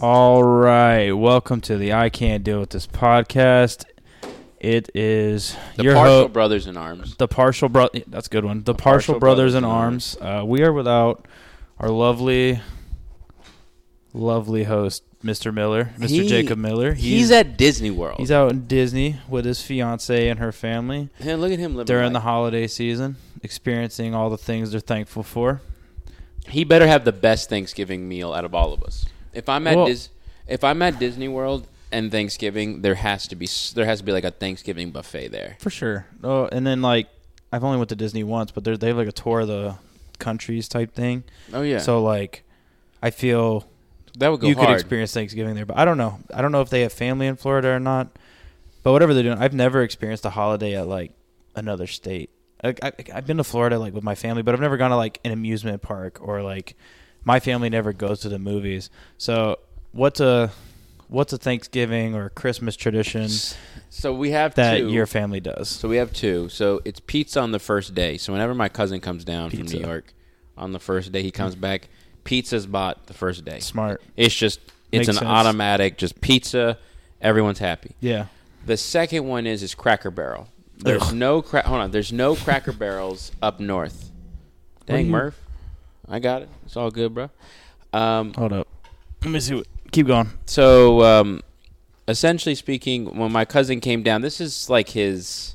All right, welcome to the I Can't Deal with This podcast. It is The your partial ho- brothers in arms. the partial bro. That's a good one. The, partial, Partial brothers, Brothers in in arms. Uh, we are without our lovely, lovely host, Mr. Miller, Mr. He- Jacob Miller. He's, at Disney World. he's out in Disney with his fiance and her family Hey, look at him living during the life. holiday season, experiencing all the things they're thankful for. He better have the best Thanksgiving meal out of all of us. If I'm at Well- Dis- if I'm at Disney World and Thanksgiving, there has to be s- there has to be like a Thanksgiving buffet there. For sure. Oh, and then like I've only went to Disney once, but they're- they have like a tour of the countries type thing. Oh yeah. So like, I feel that would go you hard. could experience Thanksgiving there, but I don't know. I don't know if they have family in Florida or not. But whatever they're doing, I've never experienced a holiday at like another state. Like I, I've been to Florida like with my family, but I've never gone to like an amusement park or like my family never goes to the movies. So what's a what's a Thanksgiving or Christmas tradition So we have that two. your family does? So we have two. So it's pizza on the first day. So whenever my cousin comes down Pizza. Hmm. from New York on the first day, he comes back. Pizza's bought the first day. Smart. It's just Makes it's an sense. automatic just pizza. Everyone's happy. Yeah. The second one is is Cracker Barrel. There's Ugh. no cra- hold on. There's no Cracker Barrels up north. Dang you- Murph, I got it. It's all good, bro. Um, Hold up. Let me see what. Keep going. so um, essentially speaking, when my cousin came down, this is like his.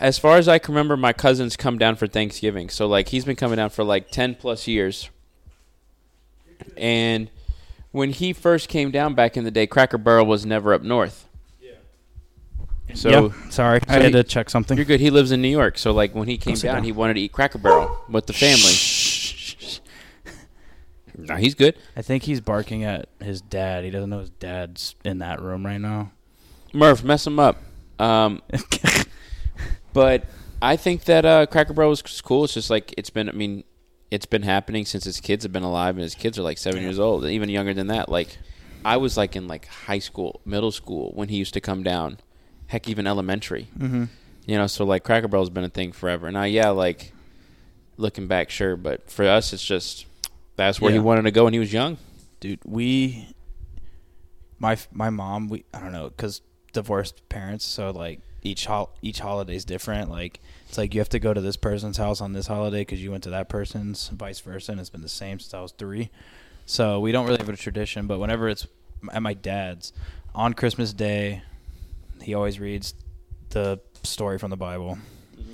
As far as I can remember, my cousins come down for Thanksgiving. So like he's been coming down for like ten plus years. And when he first came down back in the day, Cracker Barrel was never up north. So Yep. sorry, I had he- to check something. You're good. He lives in New York, so like when he came sit down, down. he wanted to eat Cracker Barrel with the family. no, he's good. I think he's barking at his dad. He doesn't know his dad's in that room right now. Murph, mess him up. Um, but I think that uh, Cracker Barrel was cool. It's just like it's been. I mean, it's been happening since his kids have been alive, and his kids are like seven years old, and even younger than that. Like, I was like in like high school, middle school when he used to come down. Heck, even elementary. Mhm. You know, so like Cracker Barrel's been a thing forever. Now, yeah, like looking back, sure, but for us, it's just that's where Yeah. he wanted to go when he was young. Dude, we, my my mom, we I don't know, cause divorced parents, so like each hol- each holiday's different. Like it's like you have to go to this person's house on this holiday because you went to that person's, vice versa, and it's been the same since I was three. So we don't really have a tradition, but whenever it's at my dad's on Christmas Day, he always reads the story from the Bible,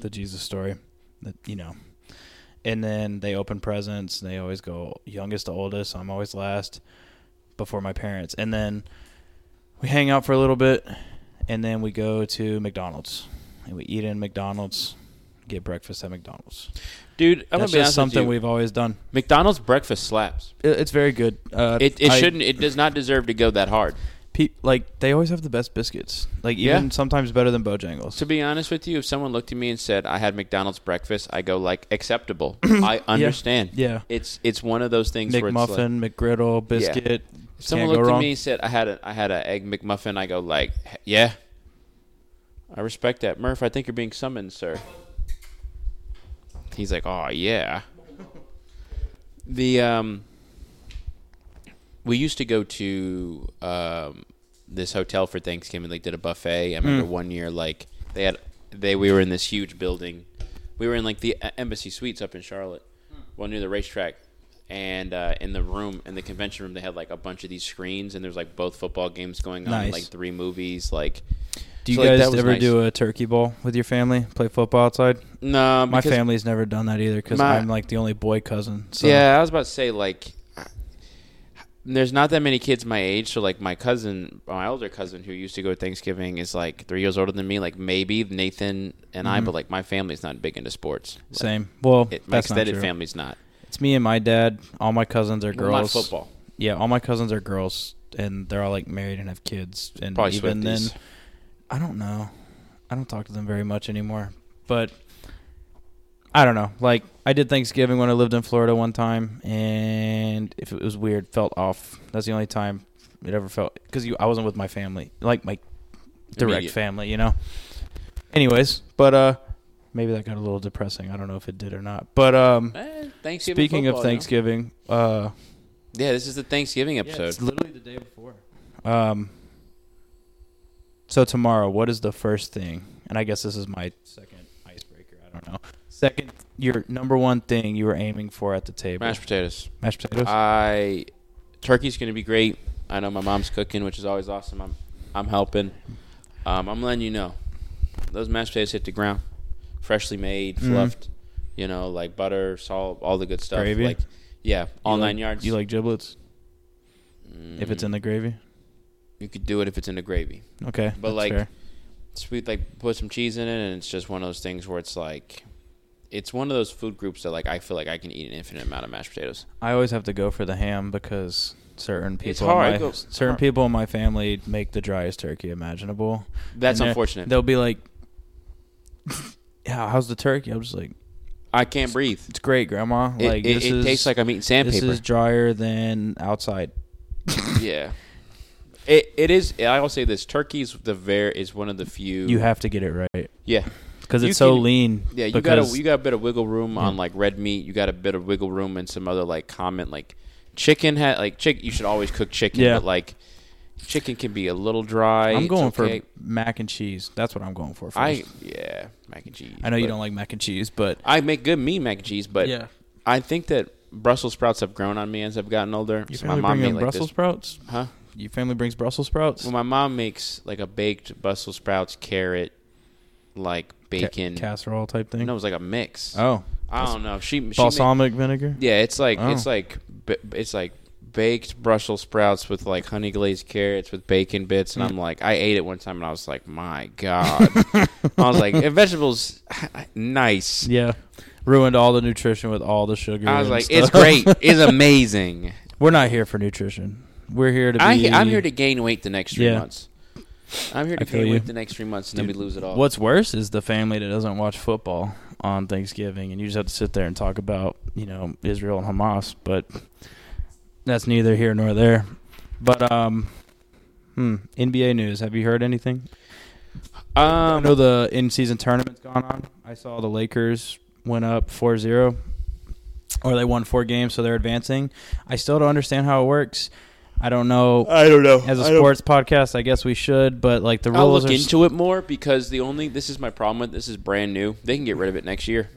the Jesus story, that you know. And then they open presents, and they always go youngest to oldest. I'm always last before my parents. And then we hang out for a little bit, and then we go to McDonald's and we eat in McDonald's, get breakfast at McDonald's. Dude, I'm That's gonna be honest just something with you. we've always done. McDonald's breakfast slaps. It- It's very good. Uh, It, it I- shouldn't. It does not deserve to go that hard. Pe- like they always have the best biscuits. Like Yeah. even sometimes better than Bojangles. To be honest with you, if someone looked at me and said I had McDonald's breakfast, I go like acceptable. I understand. Yeah. It's it's one of those things where it's like, McMuffin, McGriddle, biscuit. if someone can't go looked at wrong. me and said I had a I had an egg McMuffin, I go like "Heck yeah. I respect that, Murph. I think you're being summoned, sir. He's like, oh yeah. The um, we used to go to um, this hotel for Thanksgiving. Like did a buffet. I Hmm. remember one year, like they had they we were in this huge building. We were in like the uh, Embassy Suites up in Charlotte, Hmm. one near the racetrack, and uh, in the room in the convention room they had like a bunch of these screens and there's like both football games going on, and, Nice. like three movies. Like, Do you so, like, guys that was ever nice. do a turkey bowl with your family? Play football outside? No, My because- family's never done that either because My- I'm like the only boy cousin. So Yeah, I was about to say like, there's not that many kids my age. So like my cousin, my older cousin who used to go to Thanksgiving is like three years older than me. Like maybe Nathan and I, but like my family's not big into sports. Like, Mm-hmm. same. Well, It, my that's not extended true. family's not. It's me and my dad. All my cousins are Well, Not girls. football. Yeah, all my cousins are girls, and they're all like married and have kids. And Probably even Swifties. then, I don't know. I don't talk to them very much anymore. But I don't know. Like I did Thanksgiving when I lived in Florida one time, and if it was weird, felt off. That's the only time it ever felt because I wasn't with my family, like my direct Immediate. family, you know. Anyways, but uh, maybe that got a little depressing. I don't know if it did or not. But um, Eh, Thanksgiving. speaking of football, you know? Thanksgiving, uh, Yeah, this is the Thanksgiving Yeah, episode. it's literally the day before. Um. So tomorrow, what is the first thing? And I guess this is my second icebreaker. I don't know. Second, your number one thing you were aiming for at the table. Mashed uh, potatoes. Mashed potatoes. I turkey's gonna be great. I know my mom's cooking, which is always awesome. I'm I'm helping. Um, I'm letting you know. Those mashed potatoes hit the ground, freshly made, Mm-hmm. fluffed. You know, like butter, salt, all the good stuff. Gravy? Like, yeah, all You like- nine yards. Mm. Mm-hmm. You like giblets? If it's in the gravy. you could do it if it's in the gravy. Okay. But that's like, fair. sweet, like put some cheese in it, and it's just one of those things where it's like, it's one of those food groups that like I feel like I can eat an infinite amount of mashed potatoes. I always have to go for the ham because certain people, It's in hard. my- I go- certain hard. people in my family make the driest turkey imaginable. That's And they're- unfortunate. They'll be like, "Yeah, how's the turkey?" I'm just like, I can't breathe. "It's great, Grandma. It, like it, this it is tastes like I'm eating this sandpaper. is drier than outside." yeah. It it is. I will say this: turkey's the very is one of the few. You have to get it right yeah because You it's so can- lean. yeah you got a because you got a bit of wiggle room on like red meat. You got a bit of wiggle room and some other like comment like chicken ha- like chick. You should always cook chicken, Yeah. but like chicken can be a little dry. I'm It's going okay. for mac and cheese. That's what I'm going for. First. I I yeah mac and cheese. I know you but- don't like mac and cheese, but I make good meat mac and cheese, but I think that Brussels sprouts have grown on me as I've gotten older. Your So my family mom made bringing like Brussels this. sprouts? Huh? Your family brings Brussels sprouts? Well, my mom makes like a baked Brussels sprouts, carrot, like Ca- bacon. casserole type thing. no, it was like a mix. Oh, I don't know. She, she made- balsamic vinegar. yeah, it's like Oh. it's like ba- it's like baked Brussels sprouts with like honey glazed carrots with bacon bits, and I'm Mm. like, I ate it one time, and I was like, my god. I was like, "And vegetables, nice. Yeah, ruined all the nutrition with all the sugar. I was and like, stuff. it's great. It's amazing. We're not here for nutrition. We're here to. Be, I, I'm here to gain weight the next three Yeah. months. I'm here to I feel gain you. weight the next three months, and Dude, then we lose it all. What's worse is the family that doesn't watch football on Thanksgiving, and you just have to sit there and talk about you know Israel and Hamas. But that's neither here nor there. But um, hmm, NBA news. Have you heard anything? I Um, know the in season tournament's gone on. I saw the Lakers went up 4 0, or they won four games, so they're advancing. I still don't understand how it works. I don't know. I don't know. As a sports podcast, I guess we should, but like the I'll rules look are. s- into it more because the only this is my problem with this is brand new. They can get rid of it next year.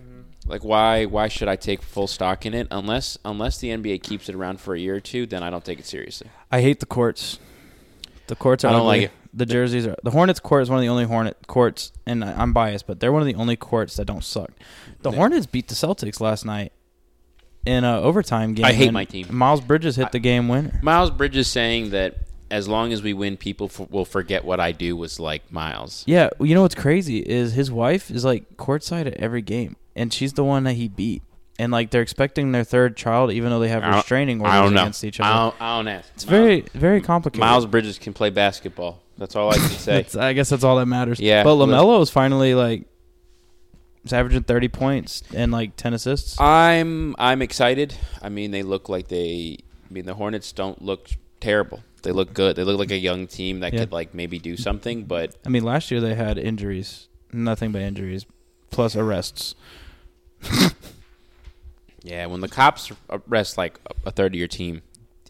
Like why why should I take full stock in it unless unless the NBA keeps it around for a year or two? Then I don't take it seriously. I hate the courts. The courts are. I don't ugly. like it. The jerseys are. The Hornets court is one of the only Hornet courts, and I- I'm biased, but they're one of the only courts that don't suck. The Yeah. Hornets beat the Celtics last night in a overtime game. I hate and my team. Miles Bridges hit the game winner. Miles Bridges saying that as long as we win, people f- will forget what I do was like Miles. Yeah, well, you know what's crazy is his wife is like courtside at every game, and she's the one that he beat. And like they're expecting their third child, even though they have I don't- restraining orders I don't know. against each I other. don't, I don't ask. It's very, very complicated. Miles Bridges can play basketball. That's all I can say. That's, I guess that's all that matters. Yeah. But Lamelo is finally like, he's averaging thirty points and like ten assists. Uh, I'm I'm excited. I mean, they look like they. I mean, the Hornets don't look terrible. They look good. They look like a young team that Yeah. could like maybe do something. But I mean, last year they had injuries, nothing but injuries, plus arrests. yeah, when the cops arrest like a- a third of your team,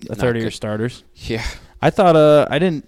A not thirty-year good. starters. Yeah, I thought, uh, I didn't,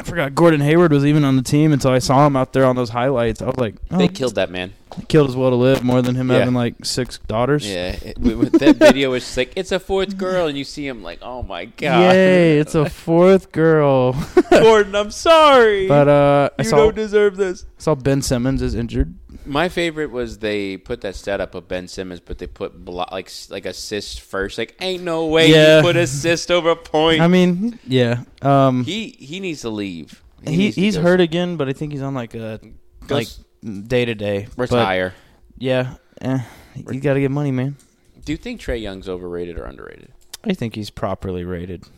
I forgot Gordon Hayward was even on the team until I saw him out there on those highlights. I was like, oh, they killed that man. killed his will to live more than him Yeah. having like six daughters. Yeah, it- with with that video it's like it's a fourth girl, and you see him like, oh my god, Yay! It's a fourth girl. Gordon, I'm sorry, But uh, I you saw don't deserve this. saw Ben Simmons is injured. My favorite was they put that stat up of Ben Simmons, but they put blo- like like assist first. Like, ain't no way Yeah. you put assist over point. I mean, yeah. Um, He he needs to leave. he, needs to he's go hurt again, but I think he's on like a Go like s- day to day But, Retire. yeah, eh, you got to get money, man. Do you think Trey Young's overrated or underrated? I think he's properly rated. Do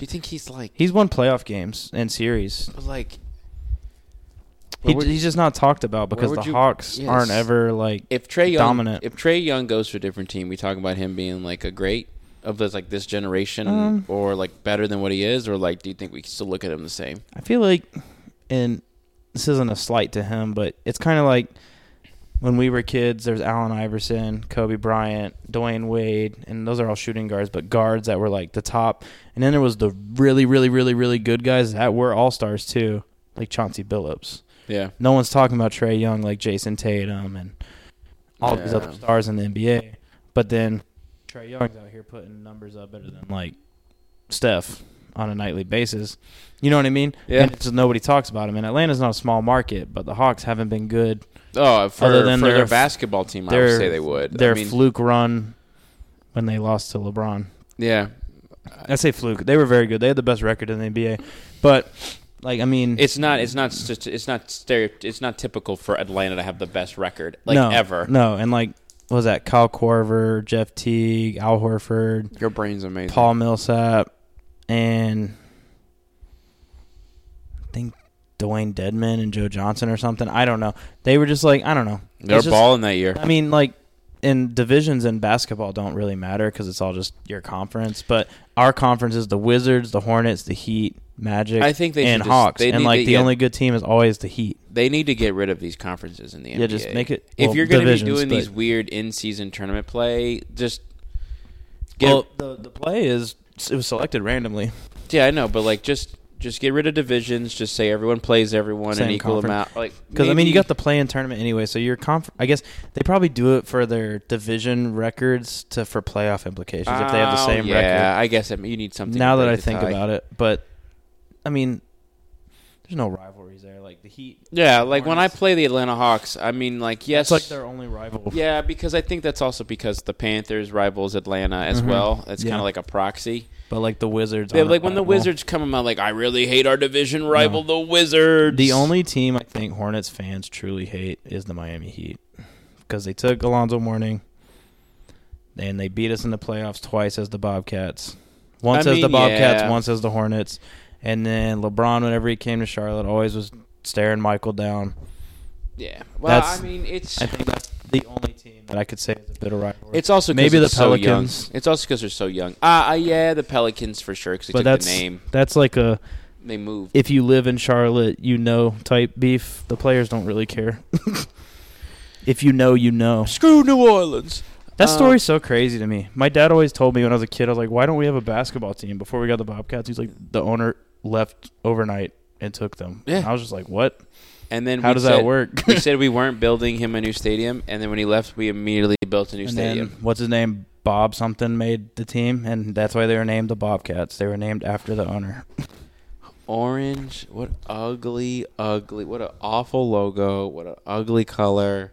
you think he's like He's won playoff games and series. like? He, Where would- he's just not talked about because would the you- Hawks Yes. aren't ever like if Trey Young Dominant. if Trey Young goes to a different team, we talk about him being like a great of this like this generation Um, or like better than what he is, or like do you think we can still look at him the same? I feel like, and this isn't a slight to him, but it's kind of like when we were kids, there's Allen Iverson, Kobe Bryant, Dwayne Wade, and those are all shooting guards, but guards that were like the top. And then there was the really, really, really, really good guys that were all stars too, like Chauncey Billups. Yeah. No one's talking about Trey Young like Jason Tatum and all these other Yeah. stars in the NBA. But then Trey Young's out here putting numbers up better than like Steph on a nightly basis. You know what I mean? Yeah. And it's just nobody talks about him. And Atlanta's not a small market, but the Hawks haven't been good. Oh, for, Other than for their their f- basketball team, I their- would say they would. Their I mean, fluke run when they lost to LeBron. yeah. I say fluke. They were very good. They had the best record in the NBA. But like I mean, It's not. It's not. st- It's not stereo. It's not typical for Atlanta to have the best record like no, ever. No, and like what was that Kyle Corver, Jeff Teague, Al Horford, Your brain's amazing. Paul Millsap, and I think Dwayne Deadman and Joe Johnson or something. I don't know. They were just like I don't know. They're It's just- balling that year. I mean, like, and divisions in basketball don't really matter because it's all just your conference. But our conference is the Wizards, the Hornets, the Heat, Magic. I think they and should just- Hawks, they and need like to- the yeah. only good team is always the Heat. They need to get rid of these conferences in the NBA. Yeah, just make it- If well, you're going to be divisions, doing but- these weird in-season tournament play, just get. well, the the play is it was selected randomly. yeah, I know, but like just just get rid of divisions. Just say everyone plays everyone Same an equal conference. amount. Like Because I mean, you maybe- got the play-in tournament anyway, so your conf- I guess they probably do it for their division records to for playoff implications if they have the Oh, same yeah, record. I guess I mean, you need something. now that I think about it, but I mean, there's no rivalries there. Like the Heat, yeah, like when I Hornets. play the Atlanta Hawks, I mean, like yes, it's like their only rival. yeah, because I think that's also because the Panthers rivals Atlanta as Mhm. well. That's Yeah. kind of like a proxy. But like the Wizards, Yeah, aren't like when the viable. Wizards come out, like I really hate our division rival, the Wizards. The only team I think Hornets fans truly hate is the Miami Heat because they took Alonzo Mourning, and they beat us in the playoffs twice as the Bobcats. Once I as the mean, Bobcats, yeah. once as the Hornets, and then LeBron, whenever he came to Charlotte, always was staring Michael down. yeah. Well, That's- I mean, it's I think that's the only team that I could say is a bit of rivalry. it's also 'cause maybe they're the so young. Pelicans. It's also because they're so young. Ah, uh, yeah, the Pelicans for sure because they but took that's the name. that's like a They moved. if you live in Charlotte, you know type beef. The players don't really care. if you know, you know. Screw New Orleans. That Um, story's so crazy to me. My dad always told me when I was a kid, I was like, "Why don't we have a basketball team?" Before we got the Bobcats, he's like, "The owner left overnight and took them." Yeah. And I was just like, "What? And then How we does said, that work?" we said we weren't building him a new stadium, and then when he left, we immediately built a new and then stadium. what's his name? Bob something made the team, and that's why they were named the Bobcats. They were named after the owner. Orange. What ugly, ugly. What an awful logo. What an ugly color.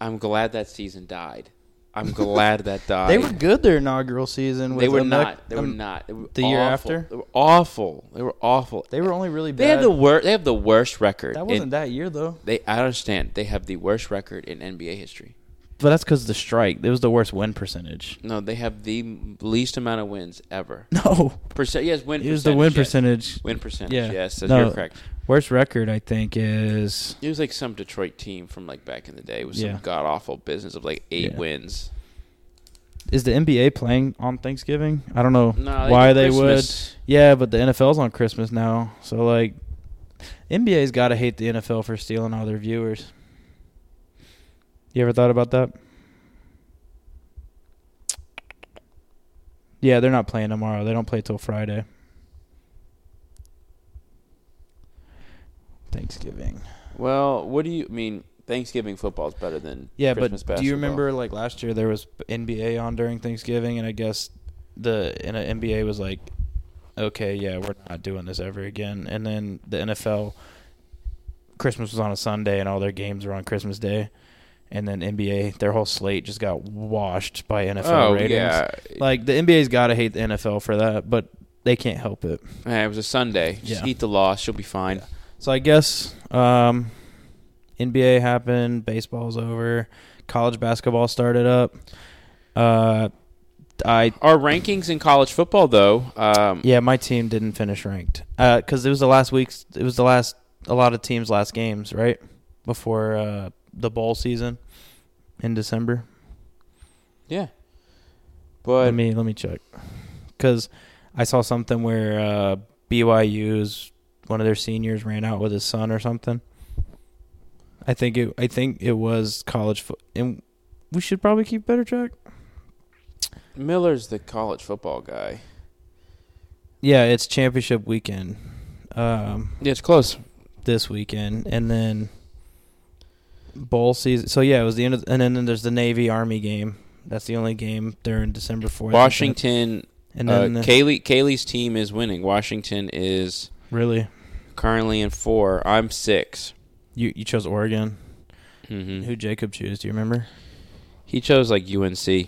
I'm glad that season died. I'm glad that died. They were good their inaugural season. They were not. They were not. They were the year awful. after? they were awful. They were awful. They were only really They had the worst. They have the worst record. that in, wasn't that year though. They. I understand. They have the worst record in NBA history. But that's because the strike. It was the worst win percentage. No, they have the least amount of wins ever. No, Percent. Yes, win. it was the win yes. percentage. Win percentage. Yeah. Yes, that's No. you're correct. Worst record, I think, is It was like some Detroit team from like back in the day with some Yeah. god awful business of like eight Yeah. wins. is the NBA playing on Thanksgiving? I don't know No, they why do they Christmas. would. Yeah, but the NFL's on Christmas now, so like NBA's got to hate the NFL for stealing all their viewers. You ever thought about that? Yeah, they're not playing tomorrow. They don't play till Friday. Thanksgiving. Well, what do you I mean? Thanksgiving football is better than Yeah, Christmas but do you basketball. remember like last year there was NBA on during Thanksgiving, and I guess the and uh, NBA was like, okay, yeah, we're not doing this ever again. And then the NFL, Christmas was on a Sunday, and all their games were on Christmas Day. And then NBA, their whole slate just got washed by NFL Oh ratings. yeah, Like the NBA's got to hate the NFL for that, but they can't help it. Eh, it was a Sunday. Just Yeah. eat the loss. You'll be fine. So I guess um, NBA happened, baseball's over, college basketball started up. Uh, I Our rankings in college football, though, um, yeah, my team didn't finish ranked because it was the last week's. It was the last a lot of teams' last games right before uh, the bowl season in December. yeah. But let me let me check because I saw something where uh, BYU's one of their seniors ran out with his son or something. I I think it. I think it was college foot, and we should probably keep better track. Miller's the college football guy. Yeah, it's championship weekend, um, Yeah, it's close. this weekend, and then bowl season. So yeah, it was the end of, and then there's the Navy Army game. That's the only game during December fourth. Washington. and uh, then the- Kaylee Kaylee's team is winning. Washington is really currently in four. I'm six. you you chose Oregon. Mm-hmm. Who Jacob choose? Do you remember? He chose like UNC. They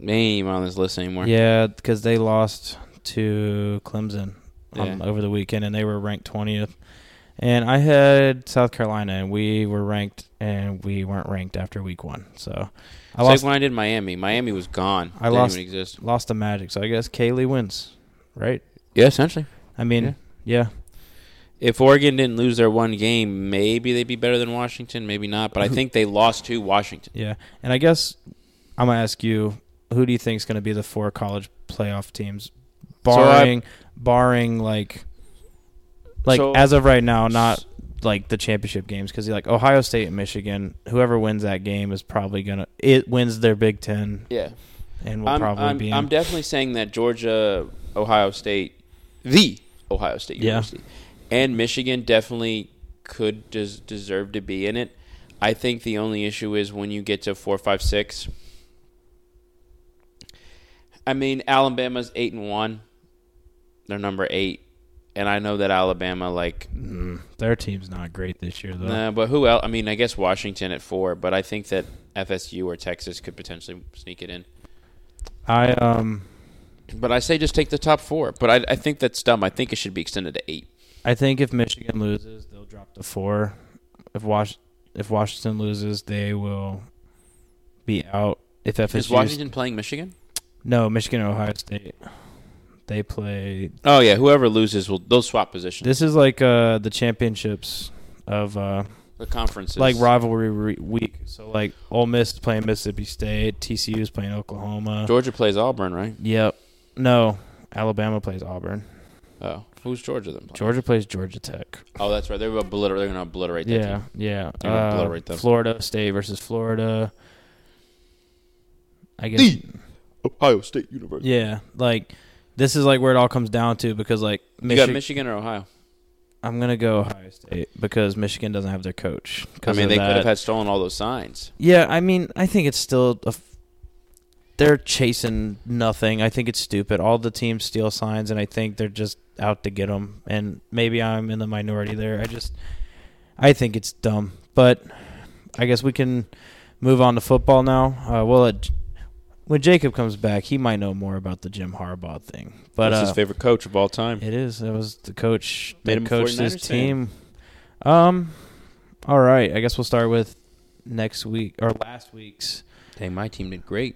ain't even on this list anymore. Yeah, because they lost to Clemson um, Yeah. over the weekend, and they were ranked twentieth. And I had South Carolina, and we were ranked, and we weren't ranked after week one. So I I lost. lost. when I did Miami. Miami was gone. I Didn't lost- even exist. Lost the Magic, so I guess Kaylee wins, right? Yeah, essentially. I mean, yeah, If Oregon didn't lose their one game, maybe they'd be better than Washington. Maybe not. But I think they lost to Washington. yeah. And I guess I'm gonna ask you, who do you think is gonna be the four college playoff teams, So I- barring barring like like So- as of right now, not like the championship games because like Ohio State and Michigan, whoever wins that game is probably gonna it wins their Big Ten Yeah. and will I'm, probably I'm, be. in. I'm definitely saying that Georgia, Ohio State, the Ohio State Yeah. University, and Michigan definitely could des- deserve to be in it. I think the only issue is when you get to four, five, six. I mean, Alabama's eight and one. They're number eight, and I know that Alabama like Mm, their team's not great this year though. Nah, but who else? I mean, I guess Washington at four, but I think that FSU or Texas could potentially sneak it in. I um. But I say just take the top four. But I, I think that's dumb. I think it should be extended to eight. I think if Michigan loses, they'll drop to four. If Wash if Washington loses, they will be out. If Is FSU Washington playing Michigan? no Michigan and Ohio State, they play. Oh yeah, whoever loses will they'll swap positions. This is like uh the championships of uh the conferences like rivalry re- week. So like Ole Miss is playing Mississippi State, TCU is playing Oklahoma. Georgia plays Auburn, right? Yep. No, Alabama plays Auburn. Oh, who's Georgia then? Playing? Georgia plays Georgia Tech. Oh, that's right. They're gonna obliterate. They're gonna obliterate that Yeah, team. yeah. They're gonna Uh, obliterate them. Florida State versus Florida. I guess. Ohio State University. Yeah, like this is like where it all comes down to because like You Michi- got Michigan or Ohio? I'm gonna go Ohio State because Michigan doesn't have their coach. I 'cause mean, of they could have that. had stolen all those signs. Yeah, I mean, I think it's still a. F- they're chasing nothing. I think it's stupid. All the teams steal signs, and I think they're just out to get them. And maybe I'm in the minority there. I just, I think it's dumb. But I guess we can move on to football now. Uh, we'll let, J- when Jacob comes back, he might know more about the Jim Harbaugh thing. But that's uh, his favorite coach of all time. it is. It was the coach Made that him a coached his 49ers fan. team. Um, all right. I guess we'll start with next week or last week's. Dang, my team did great.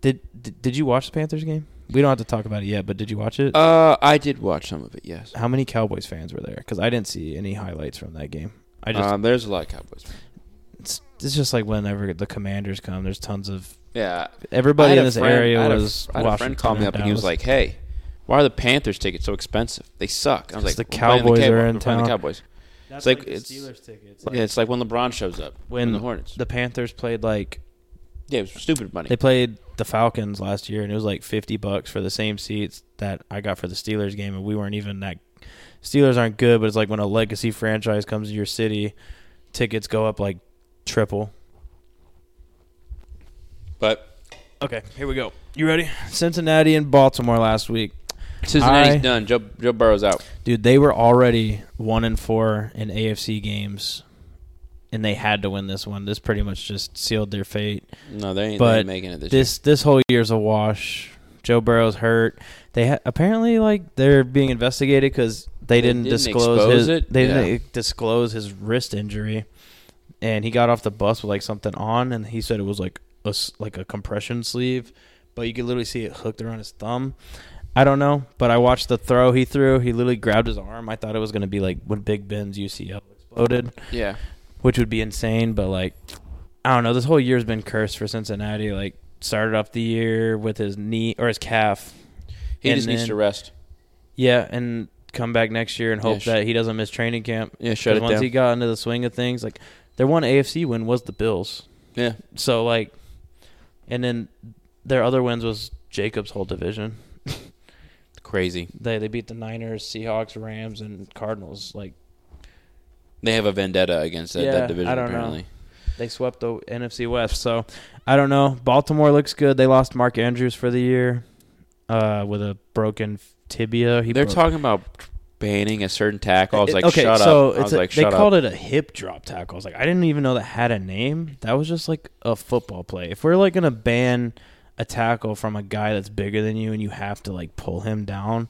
Did did, did you watch the Panthers game? We don't have to talk about it yet, but did you watch it? Uh, I did watch some of it. Yes. How many Cowboys fans were there? Because I didn't see any highlights from that game. I just um, there's a lot of Cowboys. it's, it's just like whenever the Commanders come, there's tons of Yeah, I everybody had in a this friend- I area had a- was. I had a Washington friend called me up and he was Dallas. like, "Hey, why are the Panthers tickets so expensive? They suck." I was like, It's the "We're Cowboys playing are Cowboys- in we're playing The town." Cowboys. "That's like like the it's- Steelers tickets." yeah, it's like when LeBron shows up When when the Hornets. the Panthers played like yeah, it was stupid money. They played the Falcons last year, and it was like fifty bucks for the same seats that I got for the Steelers game, and we weren't even that. Steelers aren't good, but it's like when a legacy franchise comes to your city, tickets go up like triple. but Okay, here we go. You ready? Cincinnati and Baltimore last week, Cincinnati's I- done. Joe Joe Burrow's out. dude. They were already one and four in AFC games, and they had to win this one. This pretty much just sealed their fate. No, they ain't, they But ain't making it this, year. this this whole year's a wash. Joe Burrow's hurt. They ha- apparently like they're being investigated because they, They didn't, didn't disclose expose his, it? They Yeah. didn't e, disclose his wrist injury, and he got off the bus with like something on, and he said it was like a s- like a compression sleeve, but you could literally see it hooked around his thumb. I don't know, but I watched the throw he threw. He literally grabbed his arm. I thought it was gonna be like when Big Ben's UCL exploded Yeah, which would be insane. But like, I don't know. This whole year's been cursed for Cincinnati. Like, started off the year with his knee or his calf. he And just needs then- to rest. Yeah, and come back next year and hope sh- that he doesn't miss training camp. Yeah, shut 'Cause it once down. he got into the swing of things, like their one AFC win was the Bills. Yeah, So like, and then their other wins was Jacob's whole division. crazy. They they beat the Niners, Seahawks, Rams, and Cardinals. Like They have a vendetta against that, Yeah, that division I don't know. apparently. they swept the NFC West. So I don't know. Baltimore looks good. They lost Mark Andrews for the year uh, with a broken tibia. He They're broke- talking about banning a certain tackle. I was It- like, okay, shut so up. It's I was a- like, they shut up. called it a hip drop tackle. I was like, I didn't even know that had a name. That was just like a football play. If we're like gonna ban a tackle from a guy that's bigger than you and you have to like pull him down,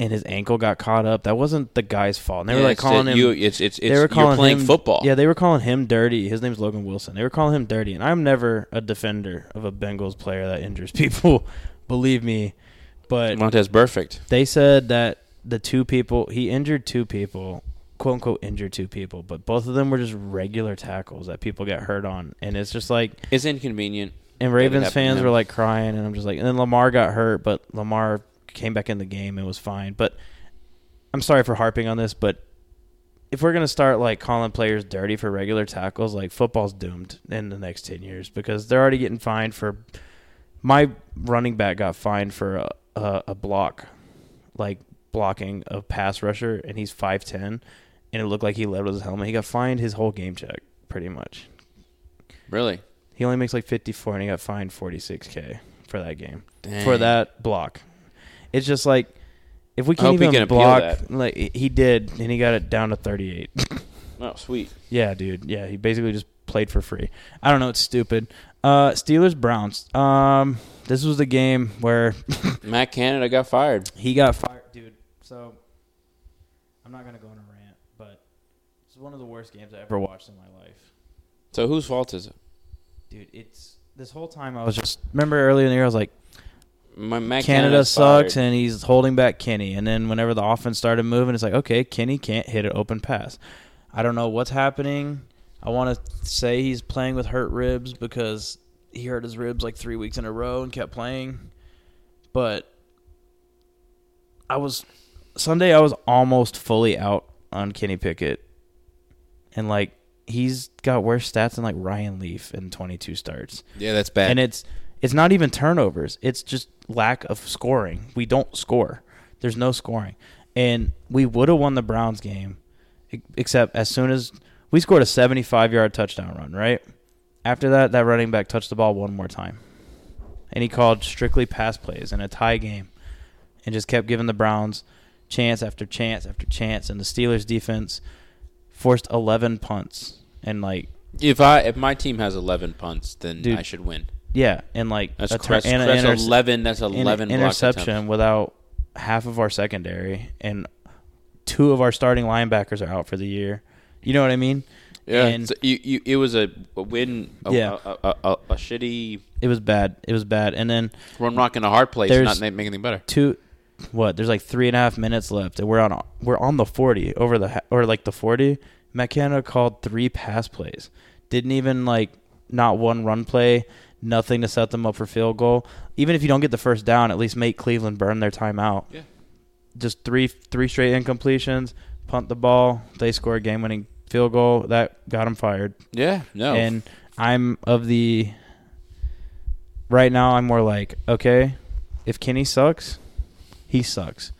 and his ankle got caught up, that wasn't the guy's fault. And they Yeah, were like it's calling that him. You, it's it's, it's they were calling you're playing him, football. Yeah, they were calling him dirty. His name's Logan Wilson. They were calling him dirty, and I'm never a defender of a Bengals player that injures people. Believe me, but Montez perfect. they said that the two people he injured two people, quote unquote injured two people, but both of them were just regular tackles that people get hurt on, and it's just like It's inconvenient. and That it Ravens happened to fans him. were like crying, and I'm just like, and then Lamar got hurt, but Lamar came back in the game and was fine. But I'm sorry for harping on this, but if we're gonna start like calling players dirty for regular tackles, like football's doomed in the next ten years because they're already getting fined for. My running back got fined for a, a, a block, like blocking a pass rusher, and he's five ten, and it looked like he led with his helmet. He got fined his whole game check, pretty much. Really? He only makes like 54 and he got fined 46k for that game. For that block. It's just like if we can't hope he even can appeal block that. like he did and he got it down to 38. Oh, sweet. yeah, dude. Yeah, he basically just played for free. I don't know, it's stupid. Uh Steelers Browns. Um this was the game where Matt Canada got fired. he got fired, dude. So I'm not going to go on a rant, but it's one of the worst games I ever watched in my life. So whose fault is it? Dude, it's this whole time I was just remember earlier in the year I was like My Matt Canada Canada's sucks, fired. and he's holding back Kenny. And then whenever the offense started moving, it's like, okay, Kenny can't hit an open pass. I don't know what's happening. I want to say he's playing with hurt ribs because he hurt his ribs like three weeks in a row and kept playing. But I was Sunday. I was almost fully out on Kenny Pickett, and like he's got worse stats than like Ryan Leaf in twenty two starts yeah, that's bad. and it's it's not even turnovers. It's just lack of scoring. We don't score. There's no scoring, and we would have won the Browns game, e- except as soon as we scored a 75 yard touchdown run. Right after that, that running back touched the ball one more time, and he called strictly pass plays in a tie game, and just kept giving the Browns chance after chance after chance, and the Steelers defense forced 11 punts and like if I if my team has eleven punts, then Dude. I should win. yeah and like That's a tur- crest, and a crest interce- eleven. That's in- eleven block attempts. interception without half of our secondary and two of our starting linebackers are out for the year. You know what I mean? Yeah, And so you, you, it was a, a win. A, Yeah. a, a, a, a shitty it was bad. It was bad. And then run rock in a hard place. There's- not make anything better. two, what? There's like three and a half minutes left, and we're on we're on the forty over the ha- or like the forty. McKenna called three pass plays. Didn't even like not one run play. Nothing to set them up for field goal. Even if you don't get the first down, at least make Cleveland burn their timeout. Yeah, just three three straight incompletions, punt the ball, they score a game winning field goal that got him fired. yeah, no, And I'm of the right now I'm more like, okay, if Kenny sucks, he sucks.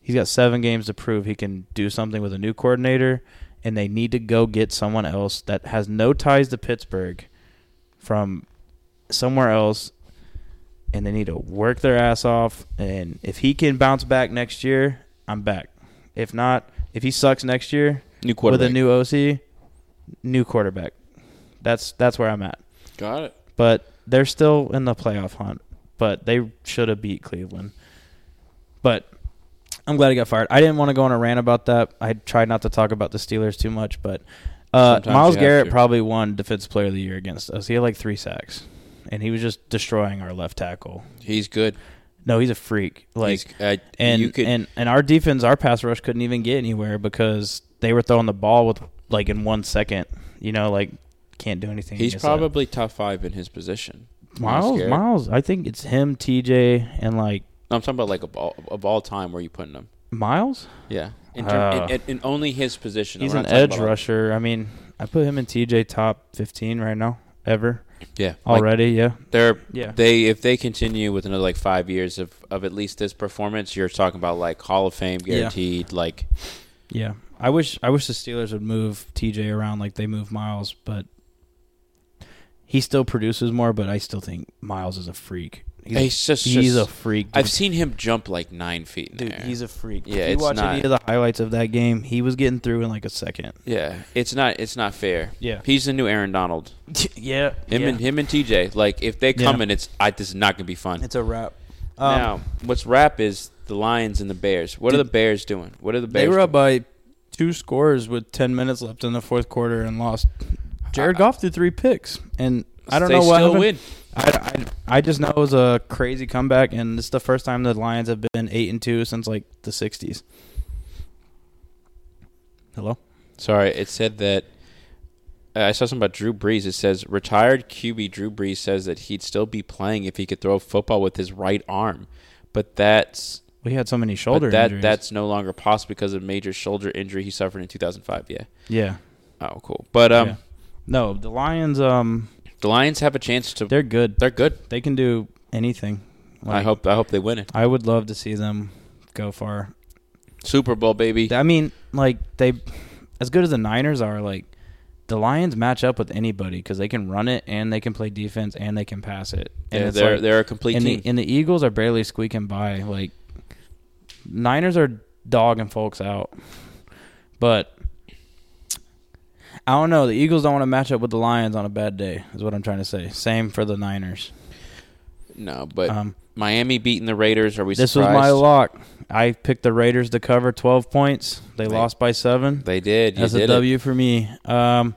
He's got 7 games to prove he can do something with a new coordinator and they need to go get someone else that has no ties to Pittsburgh from somewhere else and they need to work their ass off. And if he can bounce back next year, I'm back. If not, if he sucks next year new with a quarterback. new OC, new quarterback. That's that's where I'm at. Got it. But they're still in the playoff hunt. But they should have beat Cleveland. But I'm glad he got fired. I didn't want to go on a rant about that. I tried not to talk about the Steelers too much, but uh, Sometimes Miles you have Garrett to. probably won Defensive Player of the Year against us. He had like three sacks, and he was just destroying our left tackle. He's good. No, he's a freak. Like He's, uh, and you could and and our defense, our pass rush couldn't even get anywhere because they were throwing the ball with like in one second. You know, like can't do anything. He's against that. probably top five in his position. Miles. Garrett. Miles, I think it's him, TJ, and like No, I'm talking about like a ball of all time. Where you putting him? Miles? Yeah. In, Uh, term, in, in, in only his position. He's We're an not talking edge about- rusher. I mean, I put him in TJ top 15 right now, ever. Yeah. Like, Already, yeah. they're Yeah. they if they continue with another like five years of, of at least this performance, you're talking about like Hall of Fame Yeah. guaranteed. Like Yeah. I wish I wish the Steelers would move TJ around like they move Miles, but he still produces more, but I still think Miles is a freak. He's, he's just he's just- a freak. Dude. I've seen him jump like nine feet. In Dude, the air. he's a freak. Yeah, if you it's watch not- any of the highlights of that game, he was getting through in like a second. yeah. It's not it's not fair. Yeah. He's the new Aaron Donald. yeah. Him and him and TJ. Like if they Yeah. come in, it's I, this is not gonna be fun. It's a wrap. Um, now what's rap is the Lions and the Bears. What are Did- the Bears doing? What are the Bears? They were doing? up by two scores with 10 minutes left in the fourth quarter and lost. Jared I- Goff threw three picks, and I don't they know what still happened. win. I, I, I just know it was a crazy comeback, and it's the first time the Lions have been 8 and 2 since like the 60s. Hello? Sorry, it said that. Uh, I saw something about Drew Brees. It says retired QB Drew Brees says that he'd still be playing if he could throw a football with his right arm, but that's We had so many but shoulder that injuries. that's no longer possible because of major shoulder injury he suffered in 2005. Yeah. yeah. Oh, cool. But um, Yeah. No, the Lions, um, the Lions have a chance to. They're, they're good. good. They can do anything. I Like, hope I hope they win it. I would love to see them go far. Super Bowl baby. I mean, like they, as good as the Niners are, like the Lions match up with anybody because they can run it and they can play defense and they can pass it. And they're it's they're, like- they're a complete and team. the and the Eagles are barely squeaking by. Like Niners are dogging folks out, but I don't know. The Eagles don't want to match up with the Lions on a bad day. Is what I'm trying to say. Same for the Niners. no, but Um, Miami beating the Raiders. Are we this was surprised? my lock. I picked the Raiders to cover 12 points. They They- lost by seven. They did. You That's a did it. W for me. Um,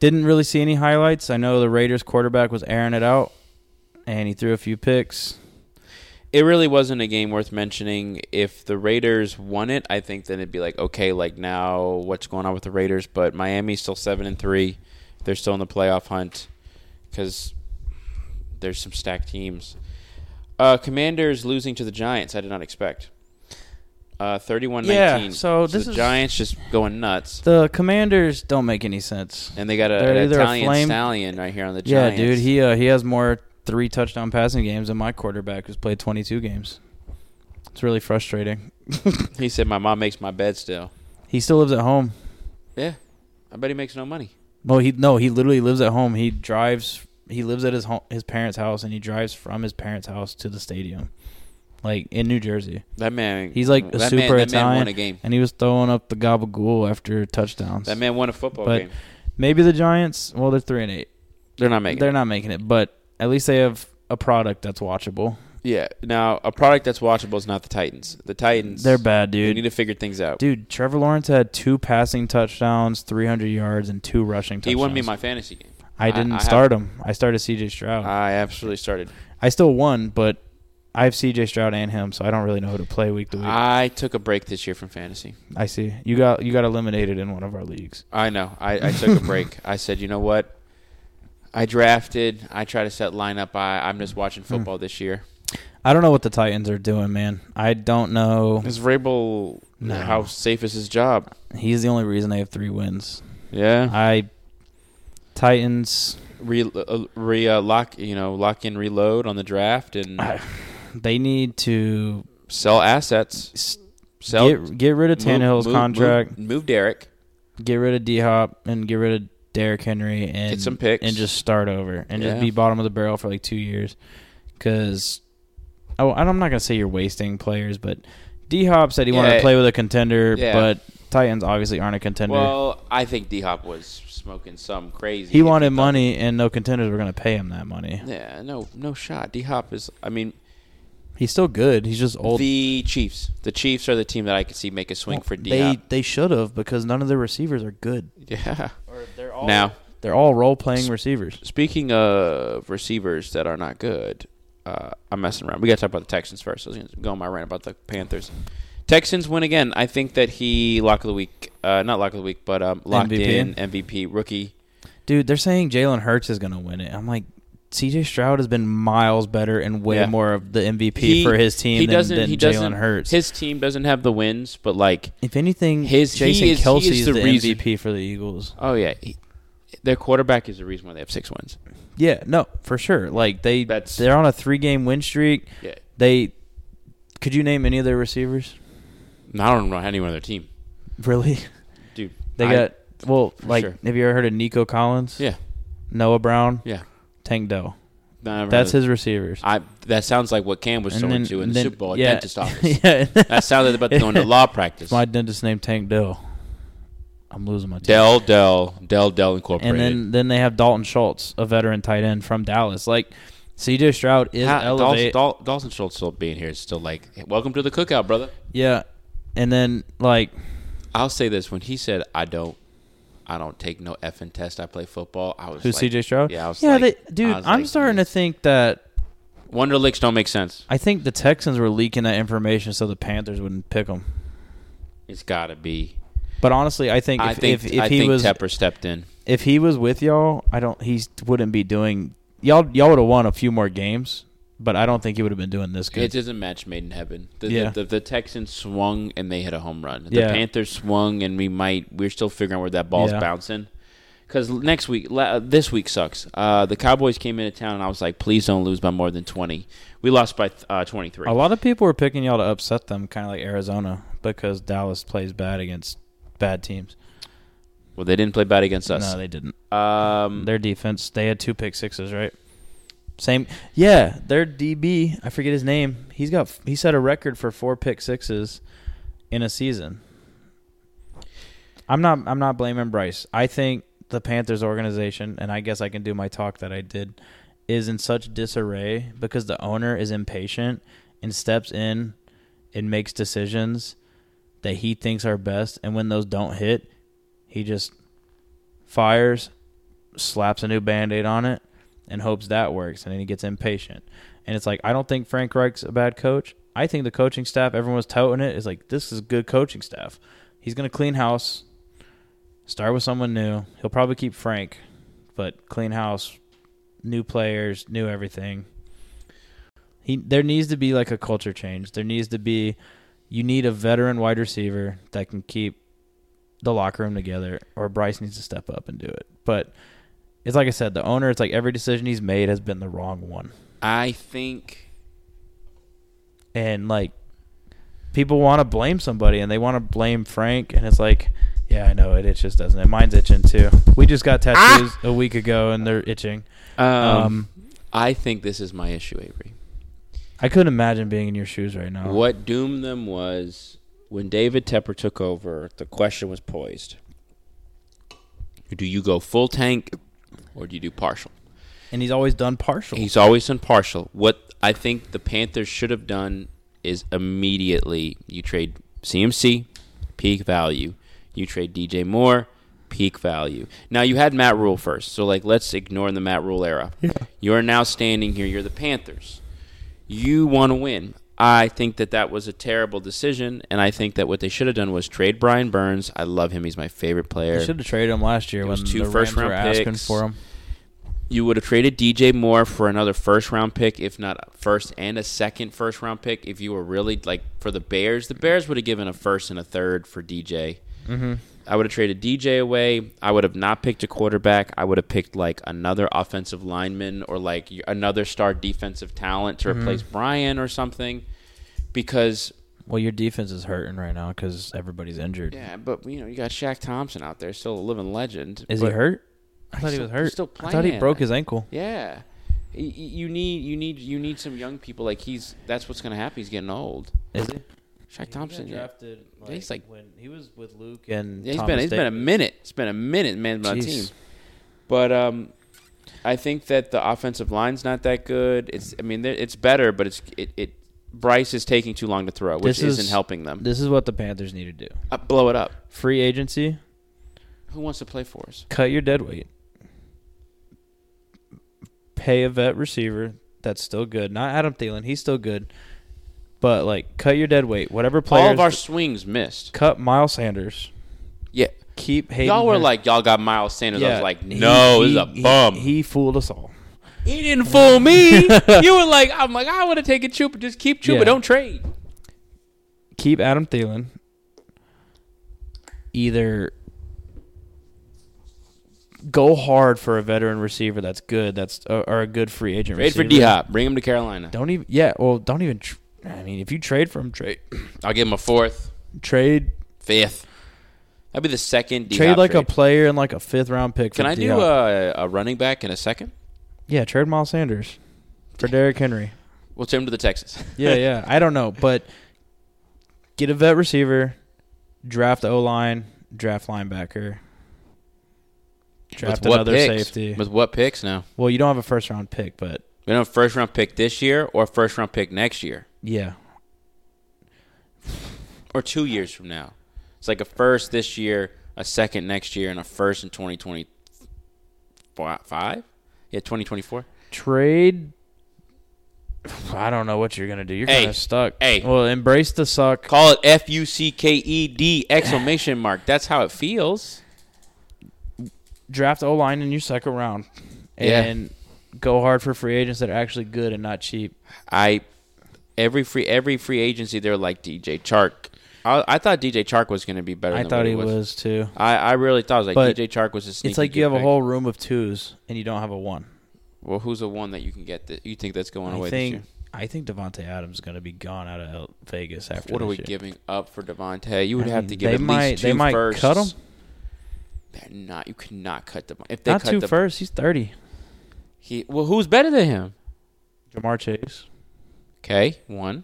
didn't really see any highlights. I know the Raiders quarterback was airing it out, and he threw a few picks. it really wasn't a game worth mentioning. If the Raiders won it, I think then it'd be like, okay, like now what's going on with the Raiders? But Miami's still seven and three. They're still in the playoff hunt because there's some stacked teams. Uh, Commanders losing to the Giants. I did not expect. Uh, 31-19. Yeah, so this the is- Giants just going nuts, The Commanders don't make any sense. and they got a, They're an either a Italian flame- stallion right here on the Yeah, Giants. dude, he uh, he has more three touchdown passing games than my quarterback, who's played 22 games. It's really frustrating. he said, "My mom makes my bed still." He still lives at home. Yeah, I bet he makes no money. No, he no, he literally lives at home. He drives. He lives at his home, his parents' house, and he drives from his parents' house to the stadium, like in New Jersey. That man, He's like a that super man, that Man Italian. won a game. and he was throwing up the gabagool after touchdowns. That man won a football But- game. Maybe the Giants. Well, they're three and eight. They're not making. they're it. not making it, but at least they have a product that's watchable. Yeah. Now, a product that's watchable is not the Titans. The Titans. They're bad, They dude. need to figure things out. dude, Trevor Lawrence had two passing touchdowns, three hundred yards, and two rushing touchdowns. Oh. he won me my fantasy game. I didn't I- I start him. I started C.J. Stroud. I absolutely started. I still won, but I have C.J. Stroud and him, so I don't really know who to play week to week. I took a break this year from fantasy. I see you got you got eliminated in one of our leagues. I know. I, I took a break. I said, you know what? I drafted. I try to set lineup. I, I'm just watching Hmm. football this year. I don't know what the Titans are doing, man. I don't know. Is Vrabel No. how safe is his job? He's the only reason they have three wins. Yeah. I Titans Re, uh, re uh, lock. You know, lock in, reload on the draft, and they need to sell assets. s- Sell. get get rid of Tannehill's contract, Move, move Derek. get rid of D Hop, and get rid of Derrick Henry, and some picks. and just start over, and Yeah. just be bottom of the barrel for like two years, because oh, and I'm not gonna say you're wasting players, but D Hop said he wanted Yeah. to play with a contender, Yeah. but Titans obviously aren't a contender. Well, I think D Hop was smoking some crazy. he if wanted thought- money, and no contenders were gonna pay him that money. Yeah, no, no shot. D Hop is. I mean, He's still good. He's just old. the Chiefs. The Chiefs are the team that I could see make a swing for D they Hop. they should have because none of the receivers are good. Yeah. Or they're all Now, They're all role playing receivers. speaking of receivers that are not good, uh, I'm messing around. We got to talk about the Texans first. I was going to go on my rant about the Panthers. Texans win again. I think that he lock of the week, uh, not lock of the week, but um, locked MVP? in MVP rookie. Dude, they're saying Jalen Hurts is gonna win it. I'm like, CJ Stroud has been miles better and way Yeah. more of the MVP He- for his team he than, doesn't. than he doesn't. Jalen Hurts. His team doesn't have the wins, but like, if anything, his his- he Jason is- he Kelsey is is, the the, reason. MVP for the Eagles. oh yeah, he, their quarterback is the reason why they have six wins. Yeah, no, for sure. Like they That's- they're on a three game win streak. Yeah, They could you name any of their receivers? I don't know anyone on their team, Really? dude. They I- got well, like sure. have you ever heard of Nico Collins? yeah, Noah Brown, yeah. Tank Dell. No, I never That's heard his receivers. of- I that sounds like what Cam was And thrown then- to in the then- Super Bowl, yeah. at dentist office. yeah. That sounded about going to law practice. My dentist named Tank Dell. I'm losing my teeth. Dell, Dell, Dell, Dell And Incorporated. then then they have Dalton Schultz, a veteran tight end from Dallas. Like CJ Stroud is Ha- Dawson, elevated. Daw- Dawson Schultz still being here is still like, "Hey, welcome to the cookout, brother. Yeah. And then like I'll say this: when he said, "I don't, I don't take no effing test. I play football." I was who's like, CJ Stroud? Yeah, I was yeah, like- they, dude, I was I'm like, "Hmm." starting to think that Wonder licks don't make sense. I think the Texans were leaking that information so the Panthers wouldn't pick him. It's got to be. But honestly, I think if, I think if, if I he think was Tepper stepped in. if he was with y'all, I don't he wouldn't be doing y'all y'all would have won a few more games, but I don't think he would have been doing this It good. is a match made in heaven. The, Yeah. the, the, the Texans swung and they hit a home run. The Yeah. Panthers swung and we might we're still figuring out where that ball's Yeah. bouncing. Because next week, la- this week sucks. Uh, the Cowboys came into town and I was like, please don't lose by more than twenty. We lost by uh, twenty three. a lot of people were picking y'all to upset them, kind of like Arizona, because Dallas plays bad against bad teams. Well, they didn't play bad against us. No, they didn't. um, Their defense, they had two pick sixes, right? Same, yeah. Their DB, I forget his name. He's got he set a record for four pick sixes in a season. I'm not I'm not blaming Bryce. I think the Panthers organization, and I guess I can do my talk that I did, is in such disarray because the owner is impatient and steps in and makes decisions that he thinks are best, and when those don't hit, he just fires, slaps a new band aid on it, and hopes that works. And then he gets impatient. And it's like, I don't think Frank Reich's a bad coach. I think the coaching staff, everyone's touting it, is like, this is good coaching staff. He's going to clean house, start with someone new. He'll probably keep Frank, but clean house, new players, new everything. He, there needs to be like a culture change. There needs to be, you need a veteran wide receiver that can keep the locker room together, or Bryce needs to step up and do it. But it's like I said, the owner. It's like every decision he's made has been the wrong one, I think and like people want to blame somebody and they want to blame Frank, and it's like, yeah, I know it. It just doesn't. It mine's itching too. We just got Ah! tattoos a week ago, and they're itching. um, Um, I think this is my issue, Avery. I couldn't imagine being in your shoes right now. What doomed them was when David Tepper took over, the question was poised. Do you go full tank or do you do partial? And he's always done partial. He's always done partial. What I think the Panthers should have done is immediately you trade CMC, peak value. You trade DJ Moore, peak value. Now you had Matt Rule first, so like let's ignore the Matt Rule era. You are now standing here. You're the Panthers. You want to win. I think that that was a terrible decision, and I think that what they should have done was trade Brian Burns. I love him; he's my favorite player. Should have traded him last year It when was two the Rams first-round were asking picks. for him. you would have traded DJ Moore for another first round pick, if not a first and a second first round pick. If you were really like for the Bears, the Bears would have given a first and a third for DJ. Mm-hmm. I would have traded DJ away. I would have not picked a quarterback. I would have picked like another offensive lineman or like y- another star defensive talent to Mm-hmm. replace Brian or something. Because Well, your defense is hurting right now because everybody's injured. yeah, but you know you got Shaq Thompson out there, still a living legend. Is but- he hurt? I thought he still- was hurt. still I thought he playing. broke his ankle. Yeah. Y- y- You need you need you need some young people like he's that's what's gonna happen. He's getting old. Is he? Shaq Thompson. Yeah, drafted. like, he's like- when he was with Luke and Yeah, he's been he's been a minute. It's been a minute, man, on the team. Jeez. But um, I think that the offensive line's not that good. It's I mean they're- it's better, but it's it, it Bryce is taking too long to throw, which This is- isn't helping them. This is what the Panthers need to do: Uh, blow it up. free agency, Who wants to play for us? cut your dead weight, pay a vet receiver that's still good. Not Adam Thielen, he's still good, but like cut your dead weight. Whatever players, All of our swings missed. cut Miles Sanders. Yeah, Keep Hayden y'all were Hurst- like y'all got Miles Sanders. I was like, he- he- no, this is a he- bum. He, fooled us all. You didn't fool me. you were like, I'm like, I want to take a Chuba. Just keep Chuba. Yeah. Don't trade. keep Adam Thielen. Either go hard for a veteran receiver that's good, that's uh, or or a good free agent. Trade for receiver. D Hop. Bring him to Carolina. Don't even. Yeah. Well, don't even. Tr- I mean, if you trade for him, trade I'll give him a fourth, trade fifth. That'd be the second D trade like a player and like a fifth round pick. Can for I do uh, D-Hop. a, a running back in a second? yeah, trade Miles Sanders for Derrick Henry. We'll send him to the Texans. Yeah, yeah. I don't know, but get a vet receiver, draft O line, draft linebacker, draft With what another picks? safety. With what picks now? Well, you don't have a first round pick, but We don't have a first round pick this year or a first round pick next year yeah, or two years from now. It's like a first this year, a second next year, and a first in 2025? Yeah, 2024. trade. I don't know what you're gonna do. You're Hey, kind of stuck. hey. well, embrace the suck. Call it F U C K E D exclamation mark. That's how it feels. draft O line in your second round, Yeah. and go hard for free agents that are actually good and not cheap. I every free every free agency they're like DJ Chark. I, I thought DJ Chark was going to be better. I than thought what he was, too. I, I really thought I was like But DJ Chark was a sneaky. It's like you good have a pick. whole room of twos and you don't have a one. Well, who's the one that you can get that you think that's going I away this think year? I think Devonte Adams is going to be gone out of L- Vegas after. What are this we year. giving up for Devontae? You would I have mean, to give they at might- least two they might firsts. cut him. They're not. You cannot cut Devontae. If they not cut two Dev- first. He's thirty. he well, who's better than him? Jamar Chase. Okay, one.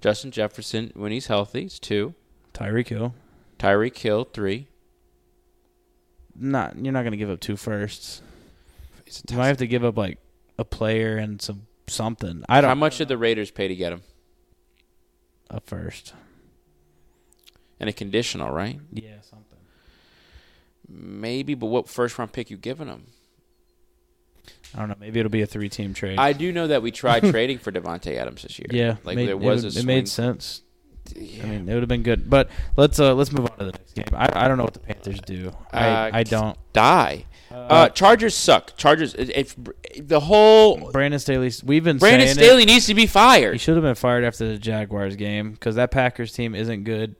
Justin Jefferson when he's healthy, it's two. Tyreek Hill. Tyreek Hill, three. Not you're not going to give up two firsts. It's a You tough- might have to give up like a player and some something. I How don't much did the Raiders pay to get him? a first. And a conditional, right? Yeah, something. Maybe, but what first round pick you giving him? I don't know. Maybe it'll be a three team trade. I do know that we tried trading for Devontae Adams this year. yeah, like made- there it was would- a it swing. made sense. Yeah. I mean, it would have been good. But let's uh let's move on to the next game. I, I don't know what the Panthers do. I Uh, I don't. die. Uh, Chargers suck. Chargers. If, if the whole Brandon Staley. We've been Brandon saying it. Staley needs to be He fired. should have been fired after the Jaguars game because that Packers team isn't good,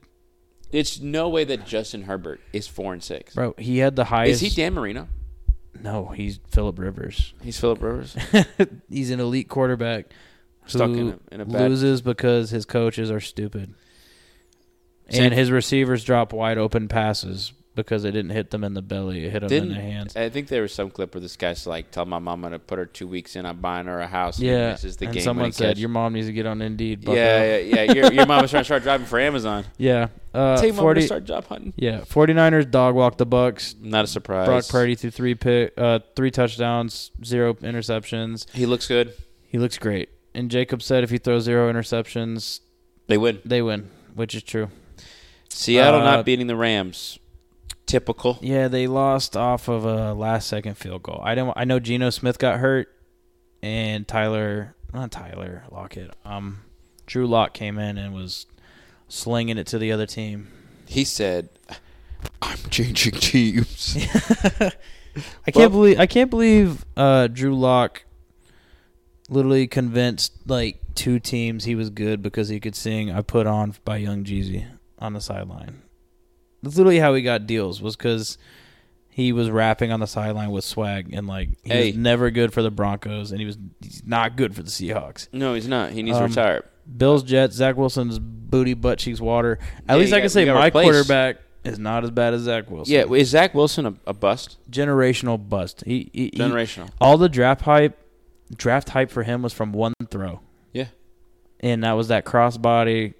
It's no way that Justin Herbert is four and six. bro. He had the Is highest. he Dan Marino? no, he's Philip Rivers. He's Philip Rivers. he's an elite quarterback Stuck who in a, in a bad. loses because his coaches are stupid, Same- and his receivers drop wide open passes because it didn't hit them in the belly; it hit them in the hands. Didn't I think there was some clip where this guy's like, "Tell my mom I'm gonna put her two weeks in. I'm buying her a house. and Yeah, this is the and game." winning someone said catch." your mom needs to get on Indeed. bucko." yeah, yeah, yeah. Your, your mom was trying to start driving for Amazon. yeah. Uh, Take mom to Forty. start job hunting. Yeah, 49ers dog walk the Bucks. Not a surprise. Brock Purdy threw three pick, uh, three touchdowns, zero interceptions. He looks good. He looks great. And Jacob said if he throws zero interceptions, They win. they win, which is true. Seattle Uh, not beating the Rams. Typical. Yeah, they lost off of a last second field goal. I don't I know Geno Smith got hurt and Tyler not Tyler Lockett. Um Drew Lock came in and was slinging it to the other team. He said, "I'm changing teams." I can't Well- believe I can't believe uh, Drew Lock literally convinced like two teams he was good because he could sing "I Put On" by Young Jeezy on the sideline. That's literally how he got deals was because he was rapping on the sideline with swag and like he Hey. was never good for the Broncos and he was he's not good for the Seahawks. no, he's not. He needs Um, to retire. Bills Jets Zach Wilson's booty butt cheeks water. At Yeah, least he I can got- say he got my replaced. quarterback is not as bad as Zach Wilson. Yeah, is Zach Wilson a, a bust? generational bust. He, he, he Generational. all the draft hype draft hype for him was from one throw Yeah. and that was that crossbody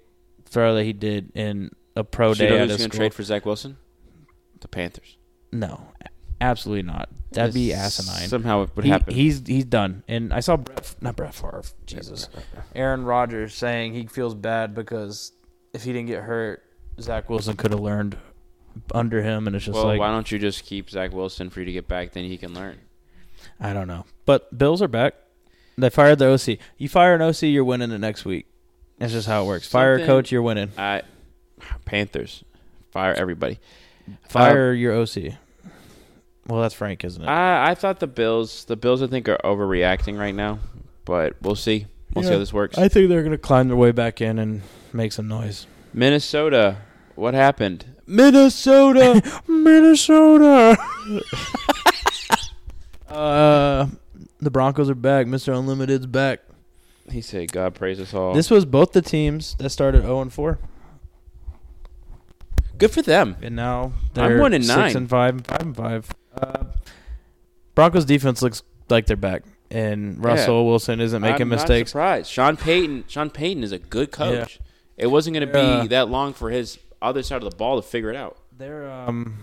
throw that he did in a pro So day you know out who's of going to school. trade for Zach Wilson? The Panthers. no absolutely not that'd be asinine Somehow it would He- happen. he's he's done and i saw Brett, not Brett Favre jesus aaron rodgers saying he feels bad because if he didn't get hurt zach wilson could have learned under him and it's just well, like why don't you just keep Zach Wilson for you to get back? Then he can learn. i don't know but bills are back they fired the oc you fire an oc you're winning the next week that's just how it works fire a Something- coach you're winning I Panthers fire everybody. Fire your OC. Well, that's Frank, isn't it? I I thought the Bills the Bills I think are overreacting right now, but we'll see. We'll see how Yeah. this works. I think they're gonna climb their way back in and make some noise. Minnesota, what happened? Minnesota. Minnesota. uh, the Broncos are back. Mister Unlimited's back. he said, "God praise us all." This was both the teams that started zero and four, good for them. and now I'm they're one and six nine. and five and five and five. Uh, Broncos defense looks like they're back, and Russell Wilson isn't making I'm Not mistakes. surprised. Sean Payton. Sean Payton is a good coach. It wasn't going to Yeah. be that long for his other side of the ball to figure it out. Their um,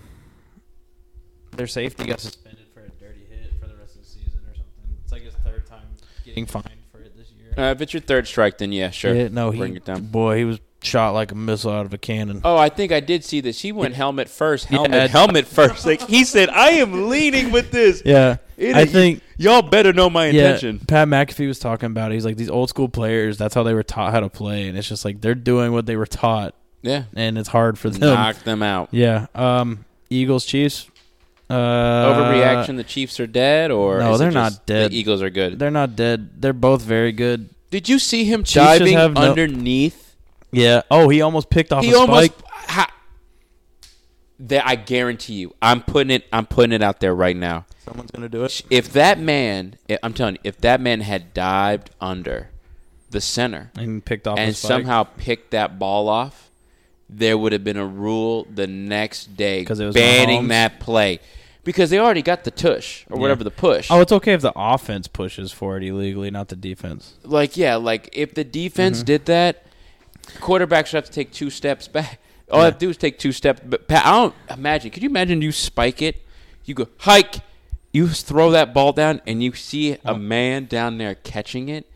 their safety got suspended for a dirty hit for the rest of the season or something. It's like his third time getting fined for it this year. Uh, if it's your third strike, then yeah, sure. Yeah, no, he bring it down. boy, he was shot like a missile out of a cannon. Oh, I think I did see this. He went helmet first, helmet, Yeah. helmet first. Like he said, I am leading with this. Yeah, It I is- think Y'all better know my yeah. intention. Pat McAfee was talking about. It. He's like these old school players. That's how they were taught how to play, and it's just like they're doing what they were taught, Yeah, and it's hard for them. knock them out. Yeah. Um. Eagles, Chiefs. Uh, Overreaction. The Chiefs are dead, or No, is it they're not just dead. The Eagles are good. They're not dead. They're both very good. Did you see him just diving have no- underneath? Yeah. Oh, he almost picked off. He a almost. spike. Ha, that I guarantee you. I'm putting it. I'm putting it out there right now. Someone's gonna do it. If that man, I'm telling you, if that man had dived under the center And picked off. a and spike. somehow picked that ball off, there would have been a rule the next day 'Cause it was banning Mahomes? that play because they already got the tush or whatever the push. Oh, it's okay if the offense pushes for it illegally, not the defense. like yeah, like if the defense Mm-hmm. did that, quarterbacks should have to take two steps back. All I have to do is take two steps. But I don't imagine. Could you imagine you spike it? You go hike. You throw that ball down, and you see Oh. a man down there catching it.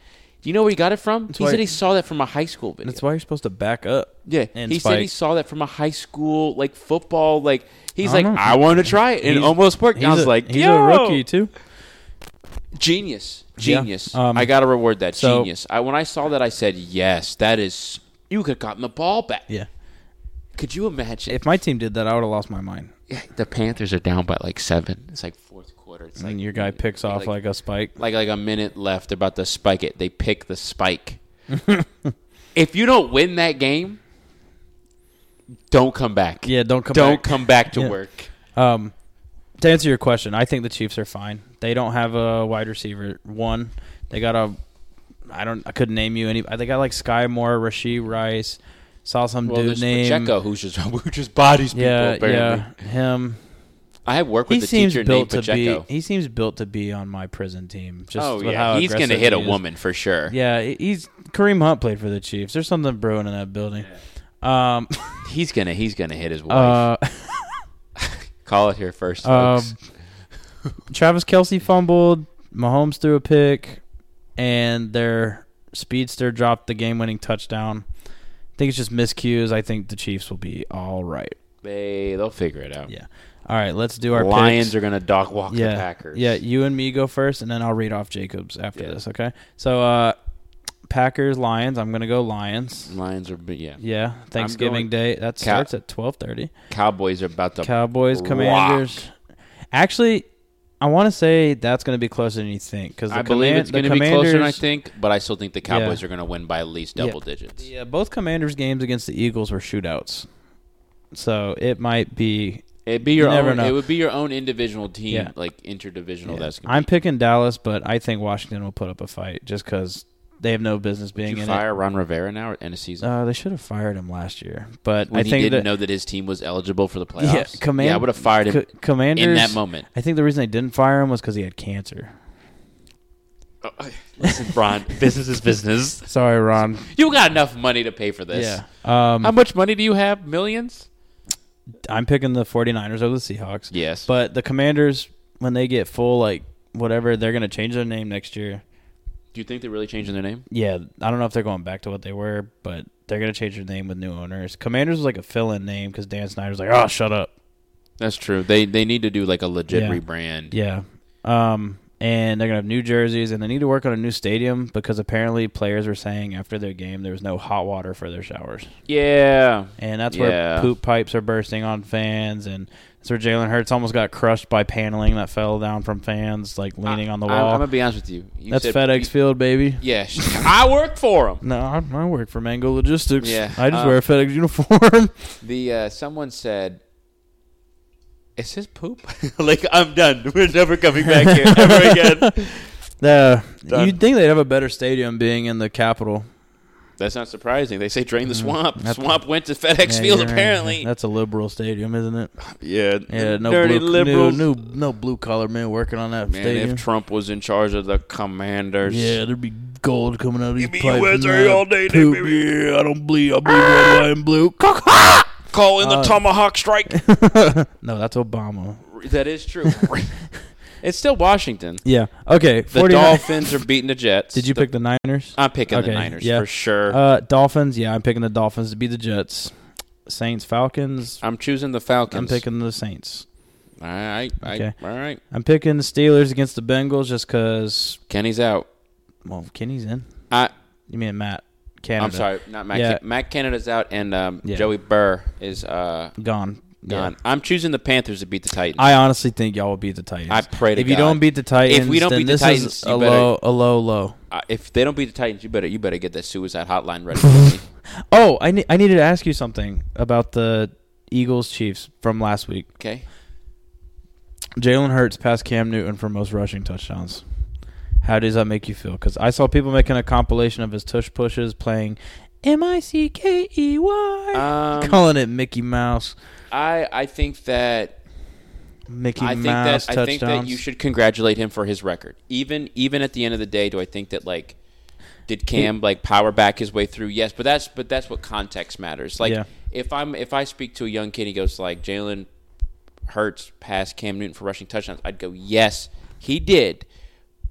Do you know where he got it from? he why- said he saw that from a high school video. That's why you're supposed to back up. Yeah, and he said he spike. saw that from a high school like football. Like he's I like, don't know. I want to try it, and it He's- almost worked. And I was a, like, he's Yo! a rookie too. genius, Yeah, genius. um, I gotta reward that so- genius. I when I saw that, I said, yes, that is. You could have gotten the ball back. Yeah. Could you imagine? If my team did that, I would have lost my mind. the Panthers are down by like seven, it's like fourth quarter. It's like and your guy picks off like, a spike. like like a minute left. They're about to spike it. They pick the spike. if you don't win that game, don't come back. Yeah, don't come. don't back. come back to Yeah. work. Um, to answer your question, I think the Chiefs are fine. They don't have a wide receiver. One, they got a. I don't. I couldn't name you any. uh, They got like Sky Moore, Rasheed Rice. Saw some Well, dude there's name. Pacheco, who's just who just bodies people. Yeah, apparently. yeah, him. I have worked He with a seems teacher named built to Pacheco. be. He seems built to be on my prison team. Just oh with yeah, how he's gonna aggressive hit a he is. woman for sure. Yeah, he- he's Kareem Hunt played for the Chiefs. There's something brewing in that building. Um, He's gonna Oh, he's gonna hit his wife. uh, Call it here first, um, folks. Travis Kelsey fumbled. Mahomes threw a pick, and their speedster dropped the game-winning touchdown. I think it's just miscues. I think the Chiefs will be all right. they they'll figure it out. Yeah. All right, let's do our Lions picks. are gonna dog walk yeah. the Packers. Yeah, you and me go first, and then I'll read off Jacobs after Yeah. this. Okay. So, uh, Packers, Lions. I'm gonna go Lions. Lions are yeah. Yeah, Thanksgiving Mm. going- Day. That Cow- starts at twelve thirty. Cowboys are about to Cowboys, rock. Commanders. Actually, I want to say that's going to be closer than you think because the I believe command- it's gonna the be closer than I Commanders- think, but I still think the Cowboys Yeah. are gonna win by at least Yeah. double digits. Yeah, both Commanders games against the Eagles were shootouts, so it might be. It'd be your You never own know. it would be your own individual team, Yeah. like interdivisional yeah. Oh, that's gonna I'm be picking Dallas, but I think Washington will put up a fight just because they have no business Did being you in fire Ron Rivera now or end of it. season? Uh, they should have fired him last year, but when I think he didn't that know that his team was eligible for the playoffs. yeah, command, yeah, I would have fired him Co- commanders in that moment. I think the reason they didn't fire him was because he had cancer. Uh, Listen, Ron, business is business. Sorry, Ron. You got enough money to pay for this. Yeah. Um, How much money do you have? Millions? I'm picking the 49ers over the Seahawks. Yes. But But the Commanders, when they get full, like whatever, they're gonna change their name next year. do you think they're really changing their name? Yeah, I don't know if they're going back to what they were, but they're gonna change their name with new owners. Commanders was like a fill-in name because Dan Snyder's like, oh, shut up. That's true. They they need to do like a legit Yeah. rebrand. Yeah. Um, and they're gonna have new jerseys, and they need to work on a new stadium because apparently players were saying after their game there was no hot water for their showers, Yeah. and that's Yeah. where poop pipes are bursting on fans, and that's where Jalen Hurts almost got crushed by paneling that fell down from fans like leaning on the I, am wall. gonna be honest with you. you that's said- FedEx You, Field, baby. yeah, sh- I work for them. No, I, I work for Mango Logistics. Yeah, I just um, wear a FedEx uniform. The uh, someone said, "Is this poop?" like I'm done. We're never coming back here ever again. No, Done. you'd think they'd have a better stadium being in the capital. That's not surprising. They say drain the swamp. Mm-hmm. that's- swamp went to FedEx Yeah, Field you're right. apparently. That's a liberal stadium, isn't it? yeah, Yeah, no dirty blue, liberals. No, no, no blue collar men working on that Man, stadium. if Trump was in charge of the Commanders, yeah, there'd be gold coming out of these Give me pipes. and USA that all day, Ah! poop. baby. Yeah, I don't bleed. I bleed red, white, and blue. call in the Uh, tomahawk strike. no, that's Obama. that is true. it's still Washington. Yeah. Okay. The 49 Dolphins are beating the Jets. Did you The- pick the Niners? I'm picking the Okay, Niners yeah. for sure. Uh, Dolphins. Yeah, I'm picking the Dolphins to be the Jets. Saints, Falcons. I'm choosing the Falcons. I'm picking the Saints. All right, I, Okay. all right. I'm picking the Steelers against the Bengals just because. Kenny's out. Well, Kenny's in. I, You mean Matt Canada? I'm sorry, not Matt. Yeah. Can- Matt Canada's out, and um, Yeah. Joey Burr is uh, Gone. gone. Yeah. I'm choosing the Panthers to beat the Titans. I honestly think y'all will beat the Titans. I pray to if you God. don't beat the Titans, If we don't then beat the this Titans, is you a better- low, a low, low. Uh, if they don't beat the Titans, you better you better get that suicide hotline ready. for me. Oh, I ne- I needed to ask you something about the Eagles Chiefs from last week. okay, Jalen Hurts passed Cam Newton for most rushing touchdowns. How does that make you feel? Because I saw people making a compilation of his tush pushes playing M I C K E Y, um, calling it Mickey Mouse, I I think that Mickey I think Mouse that I touchdowns. think that you should congratulate him for his record. Even even at the end of the day, do I think that like did Cam like power back his way through? Yes, but that's but that's what context matters. Like Yeah. if I'm if I speak to a young kid, he goes like Jalen Hurts passed Cam Newton for rushing touchdowns. I'd go yes, he did,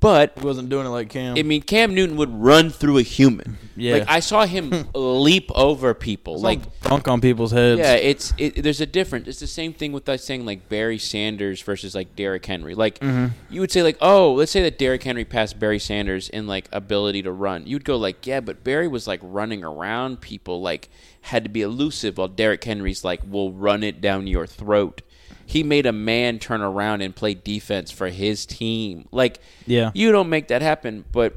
but. wasn't doing it like Cam. I mean, Cam Newton would run through a human. Yeah. Like I saw him leap over people. Like dunk on people's heads. yeah, it's it, there's a difference. It's the same thing with us saying like Barry Sanders versus like Derrick Henry. Like Mm-hmm. you would say like, oh, let's say that Derrick Henry passed Barry Sanders in like ability to run. You'd go like, yeah, but Barry was like running around people, like had to be elusive, while Derrick Henry's like will run it down your throat. He made a man turn around and play defense for his team. Like Yeah. you don't make that happen, but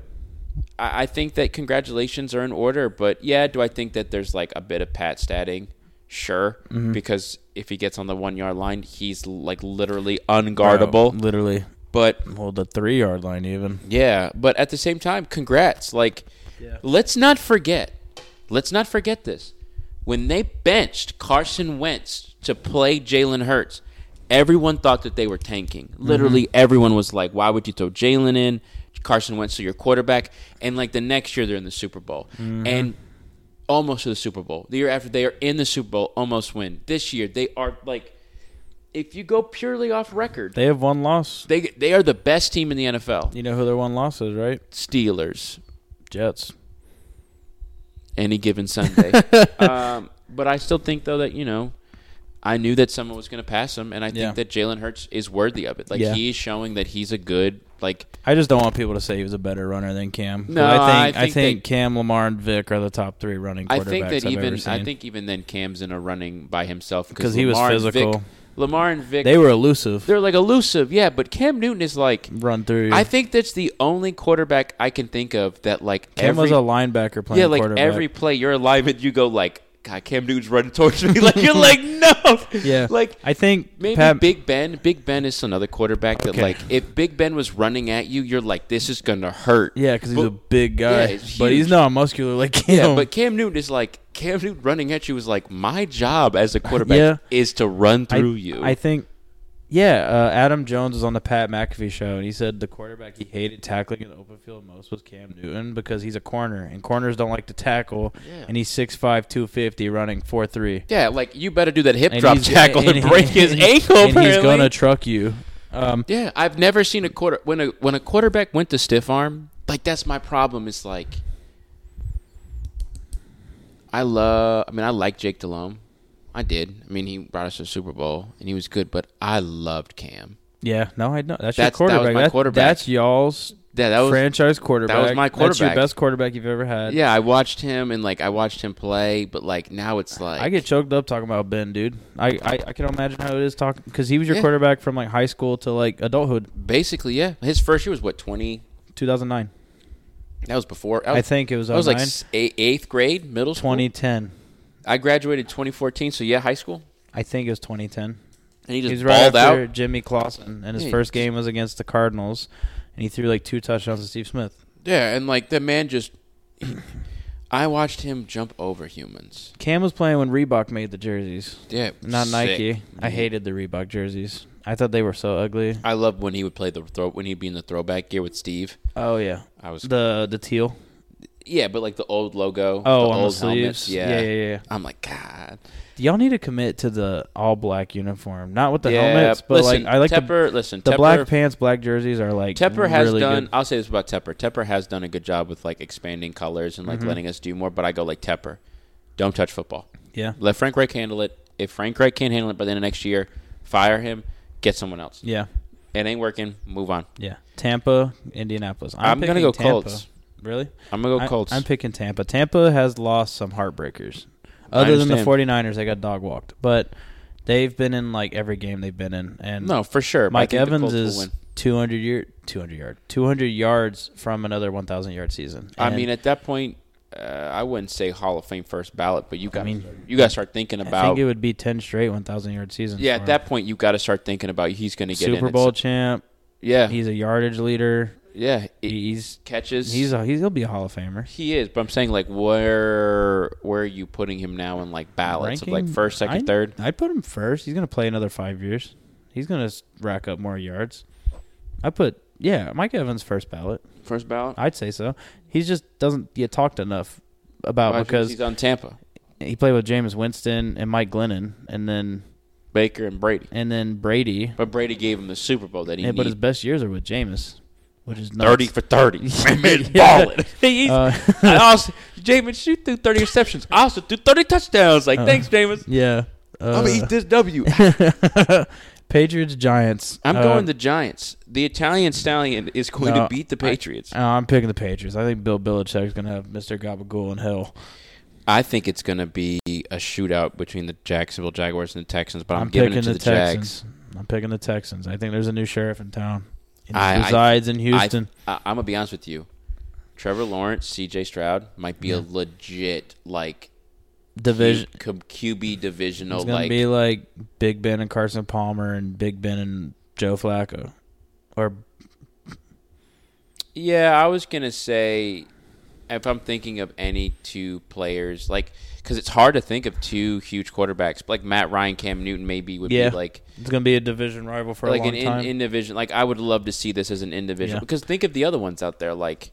I, I think that congratulations are in order. But yeah, do I think that there's like a bit of Pat statting? Sure, because if he gets on the one yard line, he's like literally unguardable. Uh, literally. But Well, the three yard line even. yeah, but at the same time, congrats. Like, let's not forget. Let's not forget this. When they benched Carson Wentz to play Jalen Hurts, everyone thought that they were tanking. Literally, everyone was like, why would you throw Jalen in? Carson Wentz to your quarterback. And like the next year, they're in the Super Bowl. And almost to the Super Bowl. The year after, they are in the Super Bowl, almost win. This year, they are like, if you go purely off record, They have one loss. they, they are the best team in the NFL. You know who their one loss is, right? Steelers Jets. any given Sunday. um, but I still think though that you know, I knew that someone was going to pass him, and I think Yeah. that Jalen Hurts is worthy of it. Like Yeah. he is showing that he's a good like. I just don't want people to say he was a better runner than Cam. 'Cause No, I think I I think think, that- Cam, Lamar, and Vic are the top three running quarterbacks I think that have even ever seen. I think even then Cam's in a running by himself 'Cause he was Lamar and Vic- physical. Lamar and Vic, they were elusive. they're like elusive, yeah. But Cam Newton is like. Run through. I think that's the only quarterback I can think of that like Cam every was a linebacker playing yeah like quarterback. every play you're alive and you go like God Cam Newton's running towards me like you're like no yeah, like I think Maybe Pat, Big Ben. Big Ben is another quarterback that, Okay. like, if Big Ben was running at you, you're like, this is gonna hurt. Yeah, because he's But- a big guy, Yeah, he's but huge. he's not muscular like Cam. Yeah, but Cam Newton is like, Cam Newton running at you is like, my job as a quarterback Yeah. is to run I- through you. I think, yeah, uh, Adam Jones was on the Pat McAfee show, and he said the quarterback he hated tackling in the open field most was Cam Newton because he's a corner, and corners don't like to tackle, Yeah. and he's 6'5", 250, running 4'3". yeah, like you better do that hip And drop he's- tackle and, he- break his ankle. And he's apparently. gonna truck you. Um, Yeah, I've never seen a quarter when a when a quarterback went to stiff arm. Like that's my problem. It's like I love. I mean, I like Jake Delhomme. I did. I mean, he brought us to the Super Bowl and he was good. But I loved Cam. Yeah, no, I know that's, your That's- that was quarterback. my That- quarterback. That's y'all's Yeah, that was franchise quarterback. my That's your quarterback. best quarterback you've ever had. yeah. I watched him and like I watched him play, but like now it's like I get choked up talking about Ben, dude. I, I, I can imagine how it is talking because he was your Yeah. quarterback from like high school to like adulthood, basically yeah. His first year was what twenty. 2009. That was before. I think it was I was like 09. s- eight- eighth grade, middle school. 2010. I graduated 2014, so yeah, high school. I think it was 2010. And he He just was right balled after out, Jimmy Clausen, and his Yeah, he first just- game was against the Cardinals, and he threw like two touchdowns to Steve Smith. yeah, and like the man just. I watched him jump over humans. Cam was playing when Reebok made the jerseys, Yeah, not sick. Nike. I hated the Reebok jerseys. I thought they were so ugly. I loved when he would play the throw when he'd be in the throwback gear with Steve. Oh yeah, I was the the teal. yeah, but like the old logo. Oh, the on the old helmets. sleeves. Yeah, yeah, yeah. I'm like God. Y'all need to commit to the all black uniform, not with the yeah, helmets, but listen, like I like the, Tepper. listen, the Tepper, black pants, black jerseys are like Tepper has really done. good. I'll say this about Tepper. Tepper has done a good job with like expanding colors and Mm-hmm. like letting us do more. But I go like Tepper, don't touch football. yeah, Let Frank Reich handle it. If Frank Reich can't handle it by the end of next year, fire him. Get someone else. yeah, It ain't working. Move on. yeah. Tampa, Indianapolis. I'm, gonna picking go Tampa. Colts. Really? I'm gonna go I- Colts. I'm picking Tampa. Tampa has lost some heartbreakers. I Other than the understand. 49ers, they got dog walked, but they've been in like every game they've been in. And no, for sure. but I Mike think the Evans Colts will is win. 200 yard, 200 yard, 200 yards from another 1,000 yard season. I And mean, at that point, uh, I wouldn't say Hall of Fame first ballot, but you got mean, you got to start thinking I about. think it would be 10 straight 1,000 yard seasons. yeah, for at him. that point, you got to start thinking about he's going to get in Super at Bowl some- champ. Yeah, He's a yardage leader. yeah. It, He's catches. he's a, he's he'll be a Hall of Famer. He is, but I'm saying like where where are you putting him now in like ballots of like Ranking- first, second, I'd- third? I'd put him first. He's gonna play another five years. He's gonna s- rack up more yards. I put yeah, Mike Evans first ballot. First ballot? I'd say so. He just doesn't get talked enough about Well, I think because he's on Tampa. he played with Jameis Winston and Mike Glennon, and then Baker and Brady. and then Brady. But Brady gave him the Super Bowl that he And, but his needed. best years are with Jameis, which is nuts. Thirty for thirty. I mean, Yeah. balling. He's- Uh, I also Jameis shoot through thirty receptions. I also threw thirty touchdowns. Like, thanks, Jameis. yeah. I'm Uh, gonna eat this W. Patriots Giants. I'm Uh, going the Giants. The Italian stallion is going no, to beat the Patriots. Uh, I'm picking the Patriots. I think Bill Belichick's going to have Mr. Gabagool in hell. I think it's going to be a shootout between the Jacksonville Jaguars and the Texans, but I'm, I'm giving picking it to the, the, Jags. Texans. I'm picking the Texans. I think there's a new sheriff in town. He I- I- resides in Houston. I, I, I'm gonna be honest with you. Trevor Lawrence, C.J. Stroud might be a legit like Division. Q, QB divisional It's going like to be like Big Ben and Carson Palmer and Big Ben and Joe Flacco. Or Yeah, I was gonna say if I'm thinking of any two players, like because it's hard to think of two huge quarterbacks like Matt Ryan, Cam Newton, maybe would Yeah. be like it's going to be a division rival for like a an long in, time. in division. Like I would love to see this as an in division Yeah. because think of the other ones out there like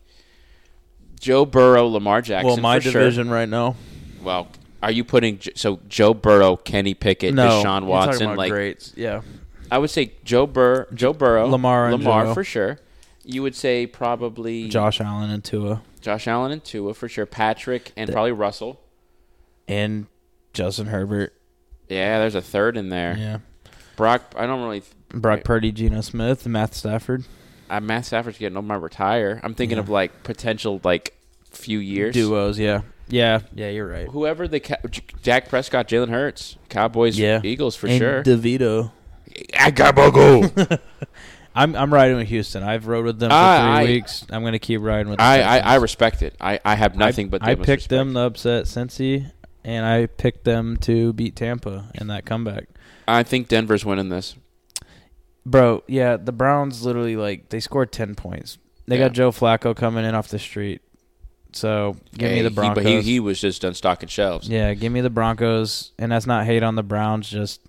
Joe Burrow, Lamar Jackson. well, my for sure. division right now. Well, are you putting J- so Joe Burrow, Kenny Pickett, No, Deshaun you're talking Watson? about Like greats. Yeah, I would say Joe Burr, Joe Burrow, Lamar and Lamar Joe. for sure. You would say probably Josh Allen and Tua Josh Allen and Tua for sure. Patrick and probably Russell. and Justin Herbert. Yeah, there's a third in there. Yeah, Brock, I don't really. Brock Purdy, Geno Smith, Matt Stafford. I, Matt Stafford's getting on my retire. I'm thinking Yeah. of like potential like few years. duos. Yeah, yeah, yeah. You're right. Whoever the Ca- J- Dak Prescott, Jalen Hurts, Cowboys, Yeah. Eagles for and sure. Devito. I got Bogle. I'm I'm riding with Houston. I've rode with them for I- three I- weeks. I'm gonna keep riding with. The I, I I Texans. respect it. I, I have nothing but. I the most picked them to upset Cincy, and I picked them to beat Tampa in that comeback. respect. I think Denver's winning this. Bro, yeah, the Browns literally like they scored ten points. They Yeah. got Joe Flacco coming in off the street. So give Hey, me the he- but Broncos. He, he, was just done stocking shelves. yeah, give me the Broncos, and that's not hate on the Browns. Just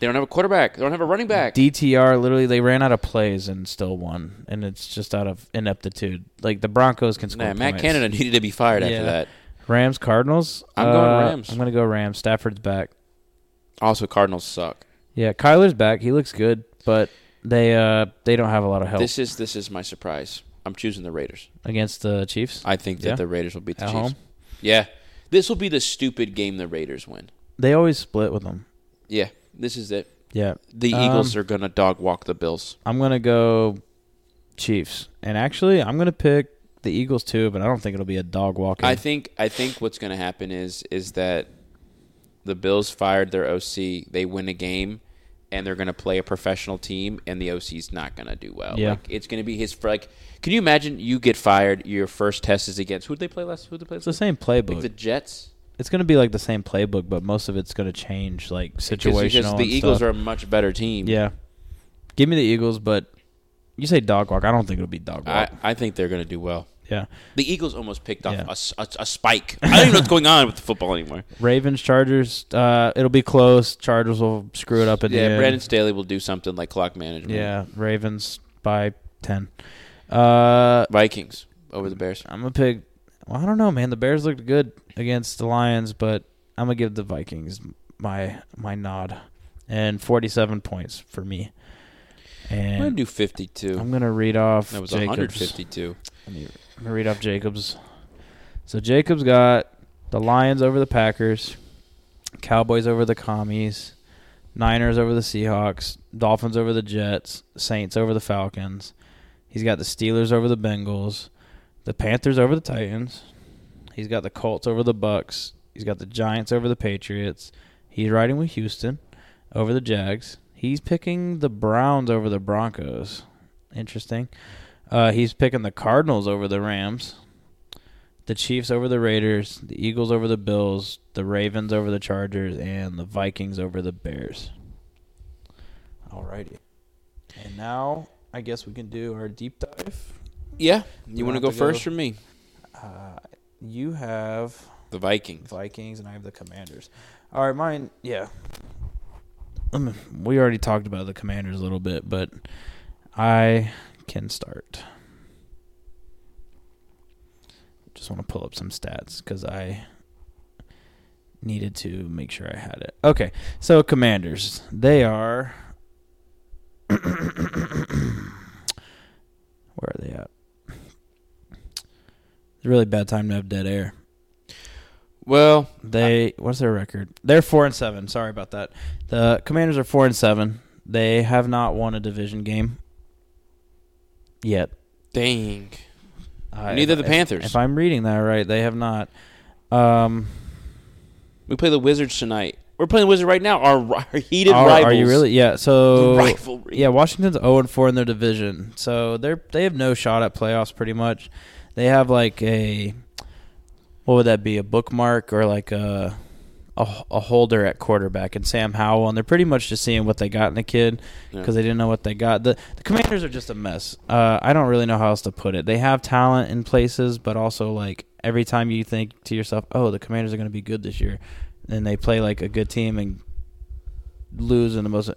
They don't have a quarterback. They don't have a running back. DTR literally they ran out of plays and still won, and it's just out of ineptitude. Like the Broncos can score. Nah, Matt points. Canada needed to be fired Yeah. after that. Rams, Cardinals. I'm going Uh, Rams. I'm gonna go Rams. Stafford's back. Also, Cardinals suck. Yeah, Kyler's back. He looks good, but they uh they don't have a lot of help This is this is my surprise. I'm choosing the Raiders. against the Chiefs I think that Yeah. the Raiders will beat the at Chiefs. home. Yeah. This will be the stupid game the Raiders win. They always split with them. Yeah. This is it. Yeah. The Um, Eagles are gonna dog walk the Bills. I'm gonna go Chiefs, and actually, I'm gonna pick the Eagles too, but I don't think it'll be a dog walking. I think I think what's going to happen is is that the Bills fired their OC. They win a game, and they're going to play a professional team, and the OC's not going to do well. Yeah. Like, it's going to be his fir- like. Can you imagine you get fired? Your first test is against who did they play last? Who did they play? it's the Last? same Like playbook. the Jets. it's gonna be like the same playbook, but most of it's gonna change, like Just situational. Because the and Eagles stuff. are a much better team. Yeah. Give me the Eagles, but you say dog walk. I don't think it'll be dog walk. I, I think they're going to do well. yeah. The Eagles almost picked off Yeah. a s- a, a spike. I don't even know what's going on with the football anymore. Ravens, Chargers. Uh, it'll be close. Chargers will screw it up at the Yeah, Mm-hmm. end. Brandon Staley will do something like clock management. Yeah, Ravens by ten. Uh, Vikings over the Bears. I'm gonna pick. Well, I don't know, man. The Bears looked good against the Lions, but I'm gonna give the Vikings my my nod and 47 points for me. I'm going to And do 52. I'm gonna read off. That was Jacobs. 152. Let me, let me read off Jacobs. So Jacobs got the Lions over the Packers, Cowboys over the Commies, Niners over the Seahawks, Dolphins over the Jets, Saints over the Falcons. He's got the Steelers over the Bengals, the Panthers over the Titans. He's got the Colts over the Bucks. He's got the Giants over the Patriots. He's riding with Houston over the Jags. He's picking the Browns over the Broncos. Interesting. Uh, he's picking the Cardinals over the Rams, the Chiefs over the Raiders, the Eagles over the Bills, the Ravens over the Chargers, and the Vikings over the Bears. Alrighty. And now I guess we can do our deep dive. Yeah. We You want to have go to first go- or me? Uh, you have The Vikings. Vikings and I have the Commanders. All right, mine. Yeah, Um, we already talked about the Commanders a little bit, but I can start. Just want to pull up some stats because I needed to make sure I had it. Okay, so Commanders, they are. Where are they at? It's a really bad time to have dead air. Well, They what's their record? They're four and seven. Sorry about that. The Commanders are four and seven. They have not won a division game yet. dang. I- Neither if- the if- Panthers. If I'm reading that right, they have not. Um, We play the Wizards tonight. We're playing the Wizards right now. Our, ri- our heated are, rivals. are you really? Yeah. So Rivalry. yeah, Washington's zero and four in their division, so they're they have no shot at playoffs. Pretty much, they have like a what would that be? A bookmark or like a a, a holder at quarterback and Sam Howell, and they're pretty much just seeing what they got in the kid Yeah. because they didn't know what they got. The the Commanders are just a mess. Uh, I don't really know how else to put it. They have talent in places, but also like every time you think to yourself, "Oh, the Commanders are going to be good this year," and they play like a good team and lose in the most.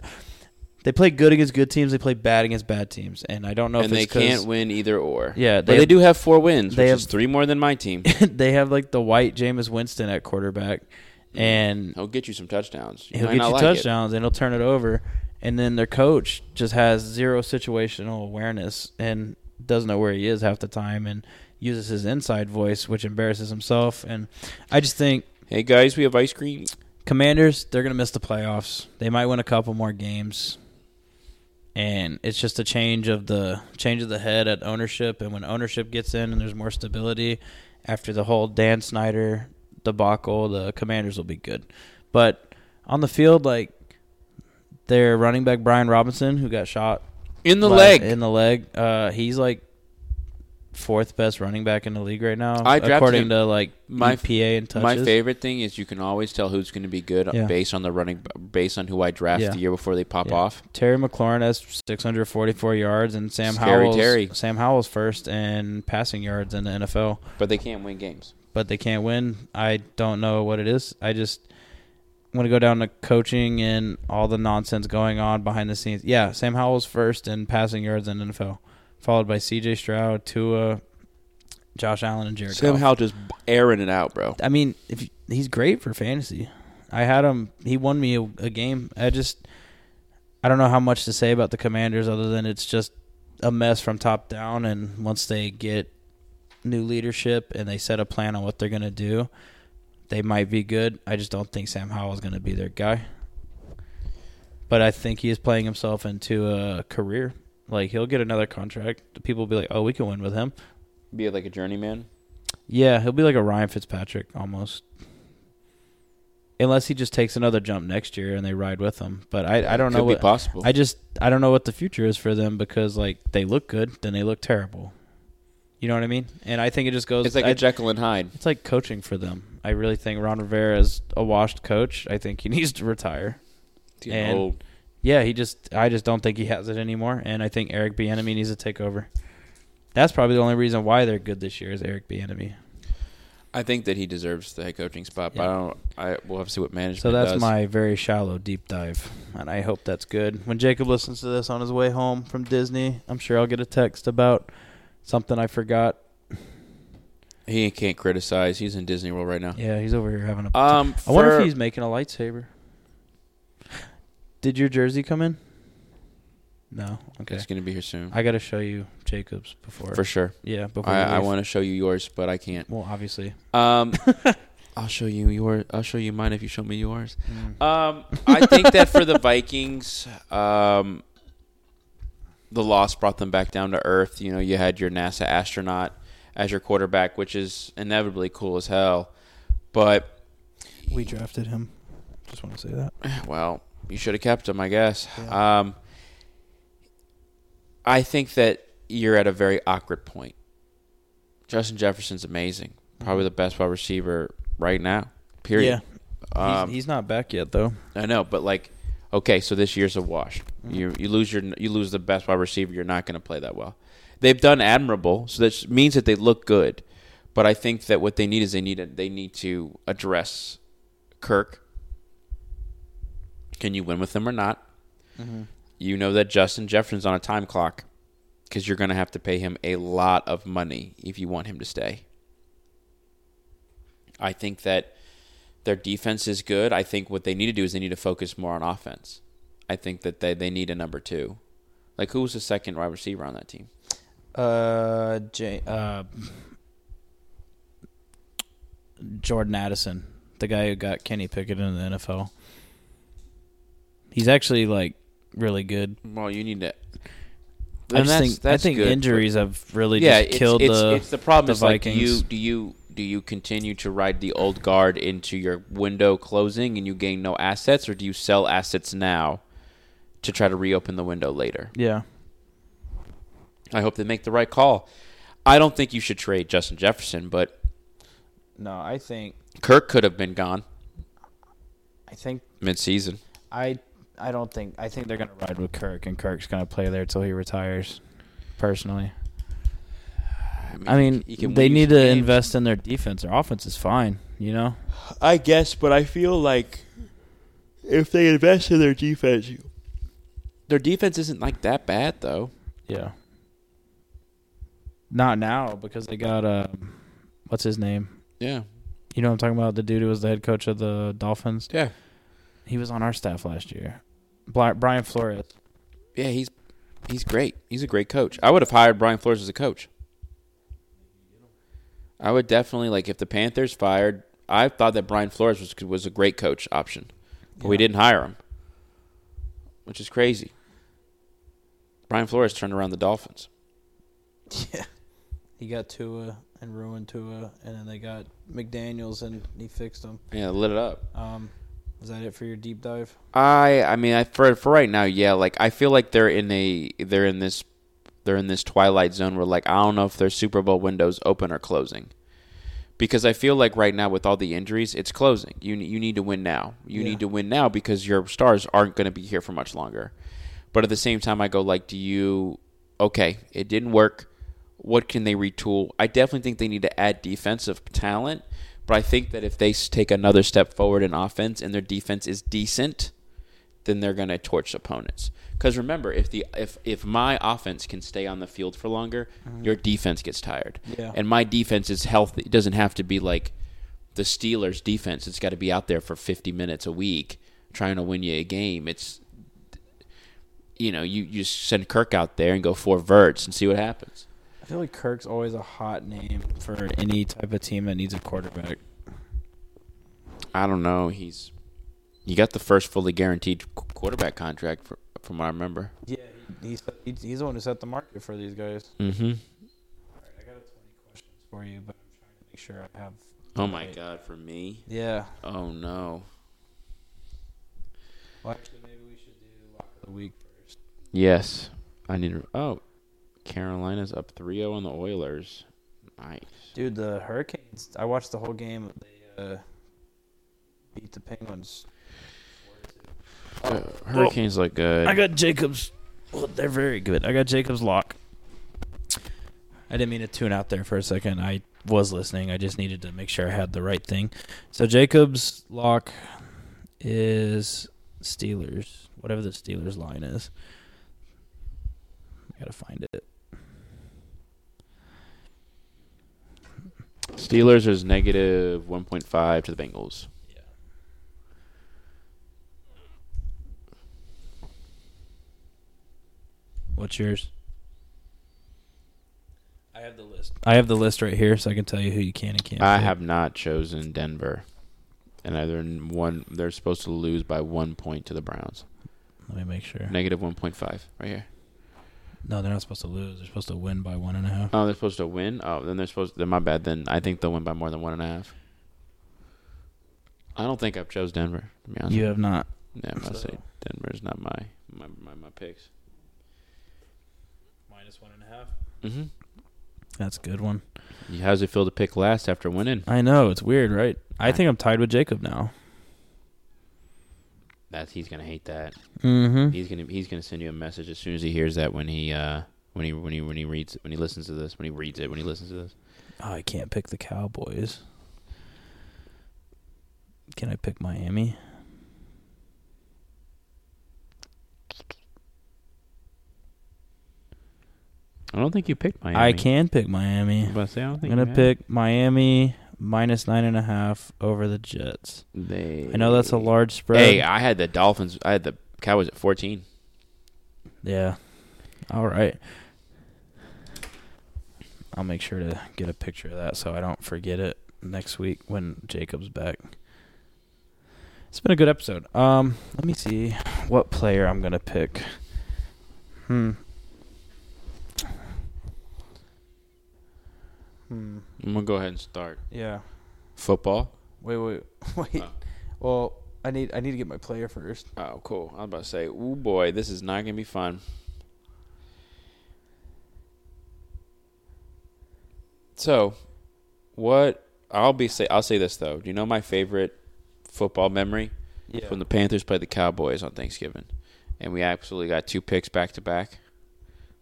They play good against good teams. They play bad against bad teams, and I don't know And if they it's 'cause can't win either or. Yeah, but they they have- do have four wins, they which have- is three more than my team. they have like the white Jameis Winston at quarterback, and He'll get you some touchdowns. You he'll Mm-hmm. might get you not like it. touchdowns and he'll turn it over. And then their coach just has zero situational awareness and doesn't know where he is half the time and uses his inside voice, which embarrasses himself. And I just think Hey guys, we have ice cream. Commanders, they're going to miss the playoffs. They might win a couple more games. And it's just a change of the change of the head at ownership and when ownership gets in and there's more stability after the whole Dan Snyder debacle, the Commanders will be good. But on the field like their running back Brian Robinson who got shot In the la- leg. in the leg, uh he's like fourth best running back in the league right now I drafted according him. to like My- EPA and touches. My favorite thing is you can always tell who's going to be good Yeah. based on the running, based on who I draft Yeah. the year before they pop Yeah. off. Terry McLaurin has 644 yards, and Sam Scary Howell's Terry. Sam Howell's first in passing yards in the NFL, But they can't win games. but they can't win. I don't know what it is. I just want to go down to coaching and all the nonsense going on behind the scenes. Yeah, Sam Howell's first in passing yards in NFL, followed by C.J. Stroud, Tua, Josh Allen, and Jared. Goff. Somehow just airing it out, bro. I mean, if you- he's great for fantasy. I had him. He won me a, a game. I just, I don't know how much to say about the Commanders other than it's just a mess from top down. And once they get new leadership and they set a plan on what they're gonna do, they might be good. I just don't think Sam Howell's gonna be their guy. But I think he is playing himself into a career. Like he'll get another contract. People will be like, "Oh, we can win with him." Be like a journeyman. Yeah, he'll be like a Ryan Fitzpatrick almost. Unless he just takes another jump next year and they ride with him. But I, I don't Could know be what possible. I just I don't know what the future is for them because like they look good, then they look terrible. You know what I mean? And I think it just goes it's like I- a Jekyll and Hyde. it's like coaching for them. I really think Ron Rivera is a washed coach. I think he needs to retire. Getting And- old. Yeah, he just I just don't think he has it anymore, and I think Eric Bieniemy needs to take over. That's probably the only reason why they're good this year is Eric Bieniemy. I think that he deserves the head coaching spot, but Yeah. I don't. I we'll have to see what management. So that's does. my very shallow deep dive, and I hope that's good. When Jacob listens to this on his way home from Disney, I'm sure I'll get a text about something I forgot. He can't criticize. He's in Disney World right now. Yeah, he's over here having a. I Um, wonder for- if he's making a lightsaber. Did your jersey come in? No. Okay. He's gonna be here soon I got to show you Jacob's before. for sure. yeah, before we I, I leave. want to show you yours, but I can't. Well, obviously. Um, I'll show you your. I'll show you mine if you show me yours. Mm. Um, I think that for the Vikings, um, the loss brought them back down to earth. You know, you had your NASA astronaut as your quarterback, which is inevitably cool as hell. But We drafted him. Just want to say that. well, you should have kept him, I guess. Yeah. Um, I think that you're at a very awkward point. Justin Jefferson's amazing, probably the best wide receiver right now. Period. Mm-hmm. Yeah. Um, he's, he's not back yet though. I know, but like, okay, so this year's a wash. You you lose your you lose the best wide receiver. You're not going to play that well. They've done admirable, so that means that they look good. But I think that what they need is they need they need to address Kirk. Can you win with them or not? You know that Justin Jefferson's on a time clock because you're going to have to pay him a lot of money if you want him to stay. I think that their defense is good. I think what they need to do is they need to focus more on offense. I think that they, they need a number two. Like who was the second wide receiver on that team? Uh, J- uh, Jordan Addison, the guy who got Kenny Pickett in the NFL. He's actually like really good. Well, you need to. I And just that's- think I that's think good, injuries have really but- yeah, just it's, killed it's, the it's the problem the is like do Vikings. you do you do you continue to ride the old guard into your window closing and you gain no assets, or do you sell assets now to try to reopen the window later? yeah. I hope they make the right call. I don't think you should trade Justin Jefferson, but No, I think Kirk could have been gone I think midseason. I I don't think I think they're gonna ride with Kirk, and Kirk's gonna play there till he retires. Personally, I mean, you can they win need to these games. invest in their defense. Their offense is fine, you know. I guess, but I feel like if they invest in their defense, you Their defense isn't like that bad though. Yeah. Not now because they got uh, what's his name? Yeah. You know what I'm talking about? The dude who was the head coach of the Dolphins. Yeah. He was on our staff last year. Bli- Brian Flores. Yeah, he's he's great. He's a great coach. I would have hired Brian Flores as a coach. I would definitely like if the Panthers fired. I thought that Brian Flores was was a great coach option, but we didn't hire him, which is crazy. Brian Flores turned around the Dolphins. He got Tua and ruined Tua, and then they got McDaniel's and he fixed him. Yeah, lit it up. Um, is that it for your deep dive? I I mean I for for right now, yeah, like I feel like they're in a they're in this they're in this twilight zone where like I don't know if their Super Bowl windows open or closing. Because I feel like right now with all the injuries, it's closing. You ne- you need to win now. You Yeah. need to win now because your stars aren't going to be here for much longer. But at the same time I go like do you okay, it didn't work. What can they retool? I definitely think they need to add defensive talent, but I think that if they s- take another step forward in offense and their defense is decent, then they're going to torch opponents. Because remember, if the if if my offense can stay on the field for longer, your defense gets tired. Mm-hmm. Yeah. And my defense is healthy. It doesn't have to be like the Steelers' defense. It's got to be out there for 50 minutes a week trying to win you a game. It's you know you you just send Kirk out there and go four verts and see what happens. I feel like Kirk's always a hot name for any type of team that needs a quarterback. I don't know. He's you got the first fully guaranteed qu- quarterback contract, for, from what I remember. Yeah, he, he's, he's he's the one who set the market for these guys. Mm-hmm. All right, I got 20 questions for you, but I'm trying to make sure I have. Oh my God, for me? Yeah. Oh no. Well, actually, maybe we should do lock of the week first. Yes, I need. to- Oh, Carolina's up 3-0 on the Oilers. Nice. Dude, the Hurricanes. I watched the whole game. They uh, beat the Penguins. Uh, Hurricanes look good. got Jacobs. Well, they're very good. I got Jacobs lock. I didn't mean to tune out there for a second. I was listening. I just needed to make sure I had the right thing. So Jacobs lock is Steelers, whatever the Steelers line is. I gotta find it. Steelers is negative one point five to the Bengals. What's yours? I have the list. I have the list right here, so I can tell you who you can and can't. I pick. have not chosen Denver, and I- they're in one. They're supposed to lose by one point to the Browns. Let me make sure. Negative one point five right here. No, they're not supposed to lose. They're supposed to win by one and a half. Oh, they're supposed to win. Oh, then they're supposed. Then my bad. Then I think they'll win by more than one and a half. I don't think I've chose Denver. To be honest, You have not. yeah, I so- say Denver's not my my my, my picks. Minus one and a half. hmm That's a good one. How's it feel to pick last after winning? I know it's weird, right? I think I'm tied with Jacob now. That he's gonna hate that. Mm-hmm. He's gonna he's gonna send you a message as soon as he hears that when he uh when he when he when he reads when he listens to this when he reads it when he listens to this. Oh, I can't pick the Cowboys. Can I pick Miami? I don't think you picked Miami. I can pick Miami. I'm about to say, I don't I'm think gonna you have. pick Miami minus nine and a half over the Jets. They. I know that's a large spread. Hey, I had the Dolphins. I had the Cowboys at fourteen. Yeah. All right. I'll make sure to get a picture of that so I don't forget it next week when Jacob's back. It's been a good episode. Um, let me see what player I'm gonna pick. Hmm. Hmm. I'm gonna go ahead and start Yeah. football. Wait, wait, wait. Oh. Well, I need I need to get my player first. Oh, cool. I was about to say, oh boy, this is not gonna be fun. So, what I'll be say I'll say this though. Do you know my favorite football memory? Yeah. When the Panthers played the Cowboys on Thanksgiving, and we absolutely got two picks back to back.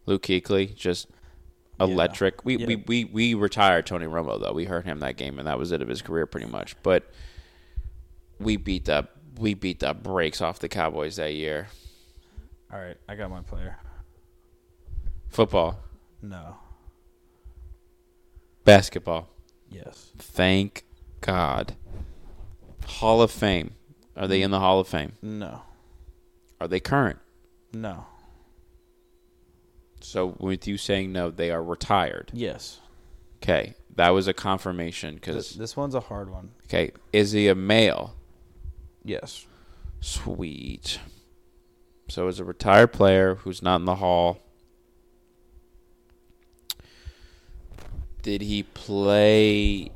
Luke Kuechly just Yeah. electric. We, we Yeah. we we retired Tony Romo though. We hurt him that game, and that was it of his career pretty much. But we beat the we beat the brakes off the Cowboys that year. All right, I got my player. Football, No. basketball. Yes. Thank God. Hall of Fame. Are they in the Hall of Fame? No. Are they current? No. So with you saying no, they are retired. Yes. Okay, that was a confirmation This, because this one's a hard one. okay, is he a male? Yes. Sweet. So is a retired player who's not in the hall. Did he play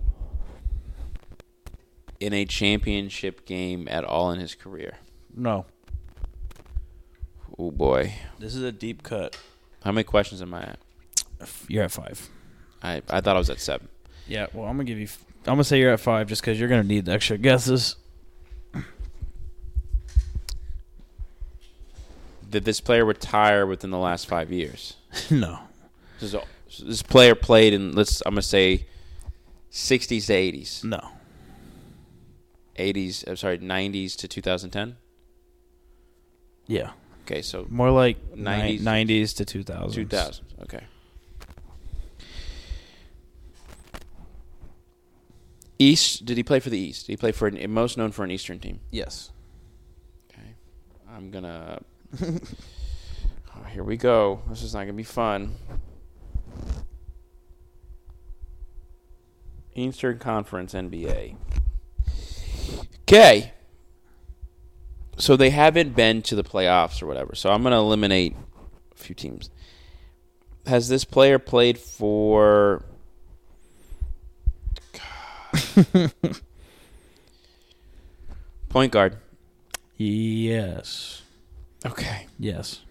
in a championship game at all in his career? No. Oh boy, This is a deep cut. how many questions am I at? You're at five. I I thought I was at seven. Yeah. Well, I'm gonna give you. F- I'm gonna say you're at five just because you're gonna need the extra guesses. Did this player retire within the last five years? no. This, is- this player played in let's I'm gonna say sixties to eighties, No. eighties. I'm sorry, nineties to 2010. Yeah. Okay, so More like 90s. nineties, nineties to two thousands. 2000. Okay. East? Did he play for the East? Did he play for an most known for an Eastern team? Yes. Okay. I'm gonna. oh, here we go. This is not gonna be fun. Eastern Conference NBA. Okay. so they haven't been to the playoffs or whatever. So I'm going to eliminate a few teams. Has this player played for? Point guard. Yes. Okay. Yes.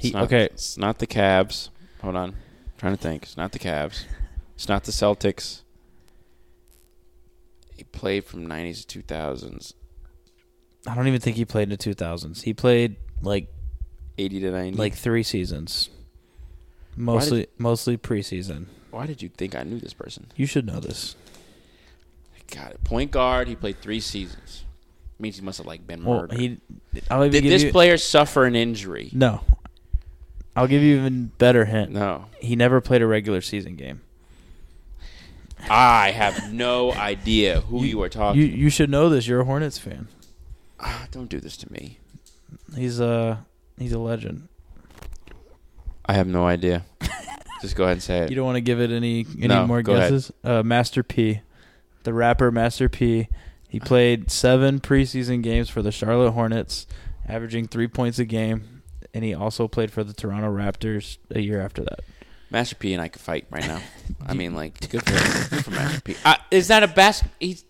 It's not, okay. It's not the Cavs. Hold on. I'm trying to think. It's not the Cavs. It's not the Celtics. He played from 90s to 2000s, I don't even think he played in the 2000s. He played like 80 to 90. like three seasons, mostly mostly preseason. why did you think I knew this person? You should know this. Got it. Point guard. He played three seasons. Means he must have like been Well, murdered. he. I'll even Did give this you, player suffer an injury? No. I'll give you even better hint. No. He never played a regular season game. I have no idea who you, are talking. You you should know this. You're a Hornets fan. Ah, don't do this to me. He's a he's a legend. I have no idea. Just go ahead and say it. You don't want to give it any any No, more go ahead. guesses. Uh, Master P, the rapper Master P. He played seven preseason games for the Charlotte Hornets, averaging three points a game, and he also played for the Toronto Raptors a year after that. Master P and I could fight right now. I mean, like, good for, good for Master P. Uh, is that a basket? He's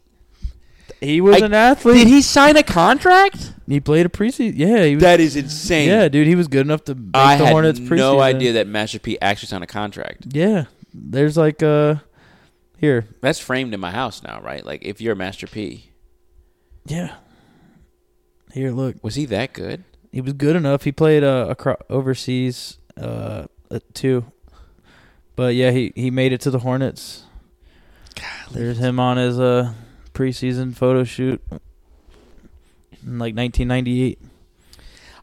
He was I- an athlete. he sign a contract? he played a preseason. Yeah, he was. That is insane. yeah, dude, he was good enough to make I the had Hornets preseason. no idea that Master P actually signed a contract. Yeah, there's like uh, here. That's framed in my house now, right? Like, if you're Master P, Yeah. Here, look. was he that good? He was good enough. He played uh, across overseas uh, uh, too, but yeah, he he made it to the Hornets. There's him on his uh, preseason photo shoot in like 1998.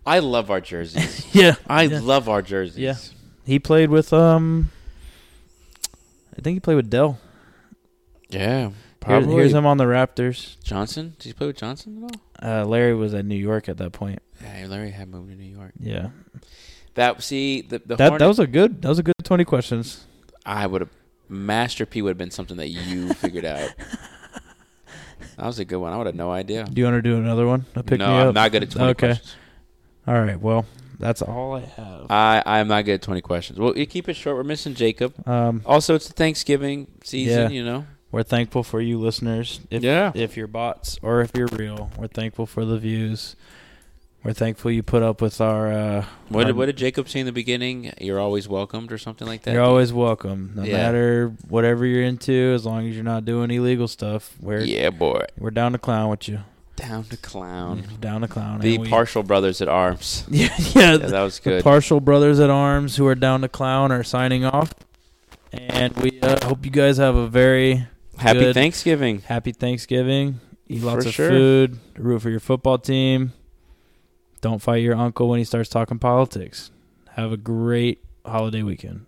I love our jerseys. Yeah, I Yeah. love our jerseys. Yeah. he played with um. I think he played with Dell. Yeah. Here- Probably. here's him on the Raptors. Johnson? Did he play with Johnson at all? Uh, Larry was at New York at that point. Yeah, Larry had moved to New York. Yeah, That see the the that Hornet- that was a good that was a good 20 questions. I would have Master P would have been something that you figured out. That was a good one. I would have no idea. Do you want to do another one? A pick no, me I'm up? not good at twenty Okay. questions. All right. Well, that's all I have. I I'm not good at twenty questions. Well, you keep it short. We're missing Jacob. Um, Also, it's the Thanksgiving season. Yeah. You know. we're thankful for you listeners. If, Yeah. If you're bots or if you're real, we're thankful for the views. We're thankful you put up with our. Uh, What did, Um, what did Jacob say in the beginning? You're always welcomed or something like that. you're always welcome, no Yeah. matter whatever you're into, as long as you're not doing illegal stuff. We're yeah, boy. we're down to clown with you. Down to clown. Down to clown. Mm-hmm. The and Mm-hmm. we- partial brothers at arms. Yeah, yeah. Yeah, that was the good. partial brothers at arms who are down to clown are signing off, and we uh, hope you guys have a very Happy good. Thanksgiving. happy Thanksgiving. Eat lots For of sure. food. Root for your football team. Don't fight your uncle when he starts talking politics. Have a great holiday weekend.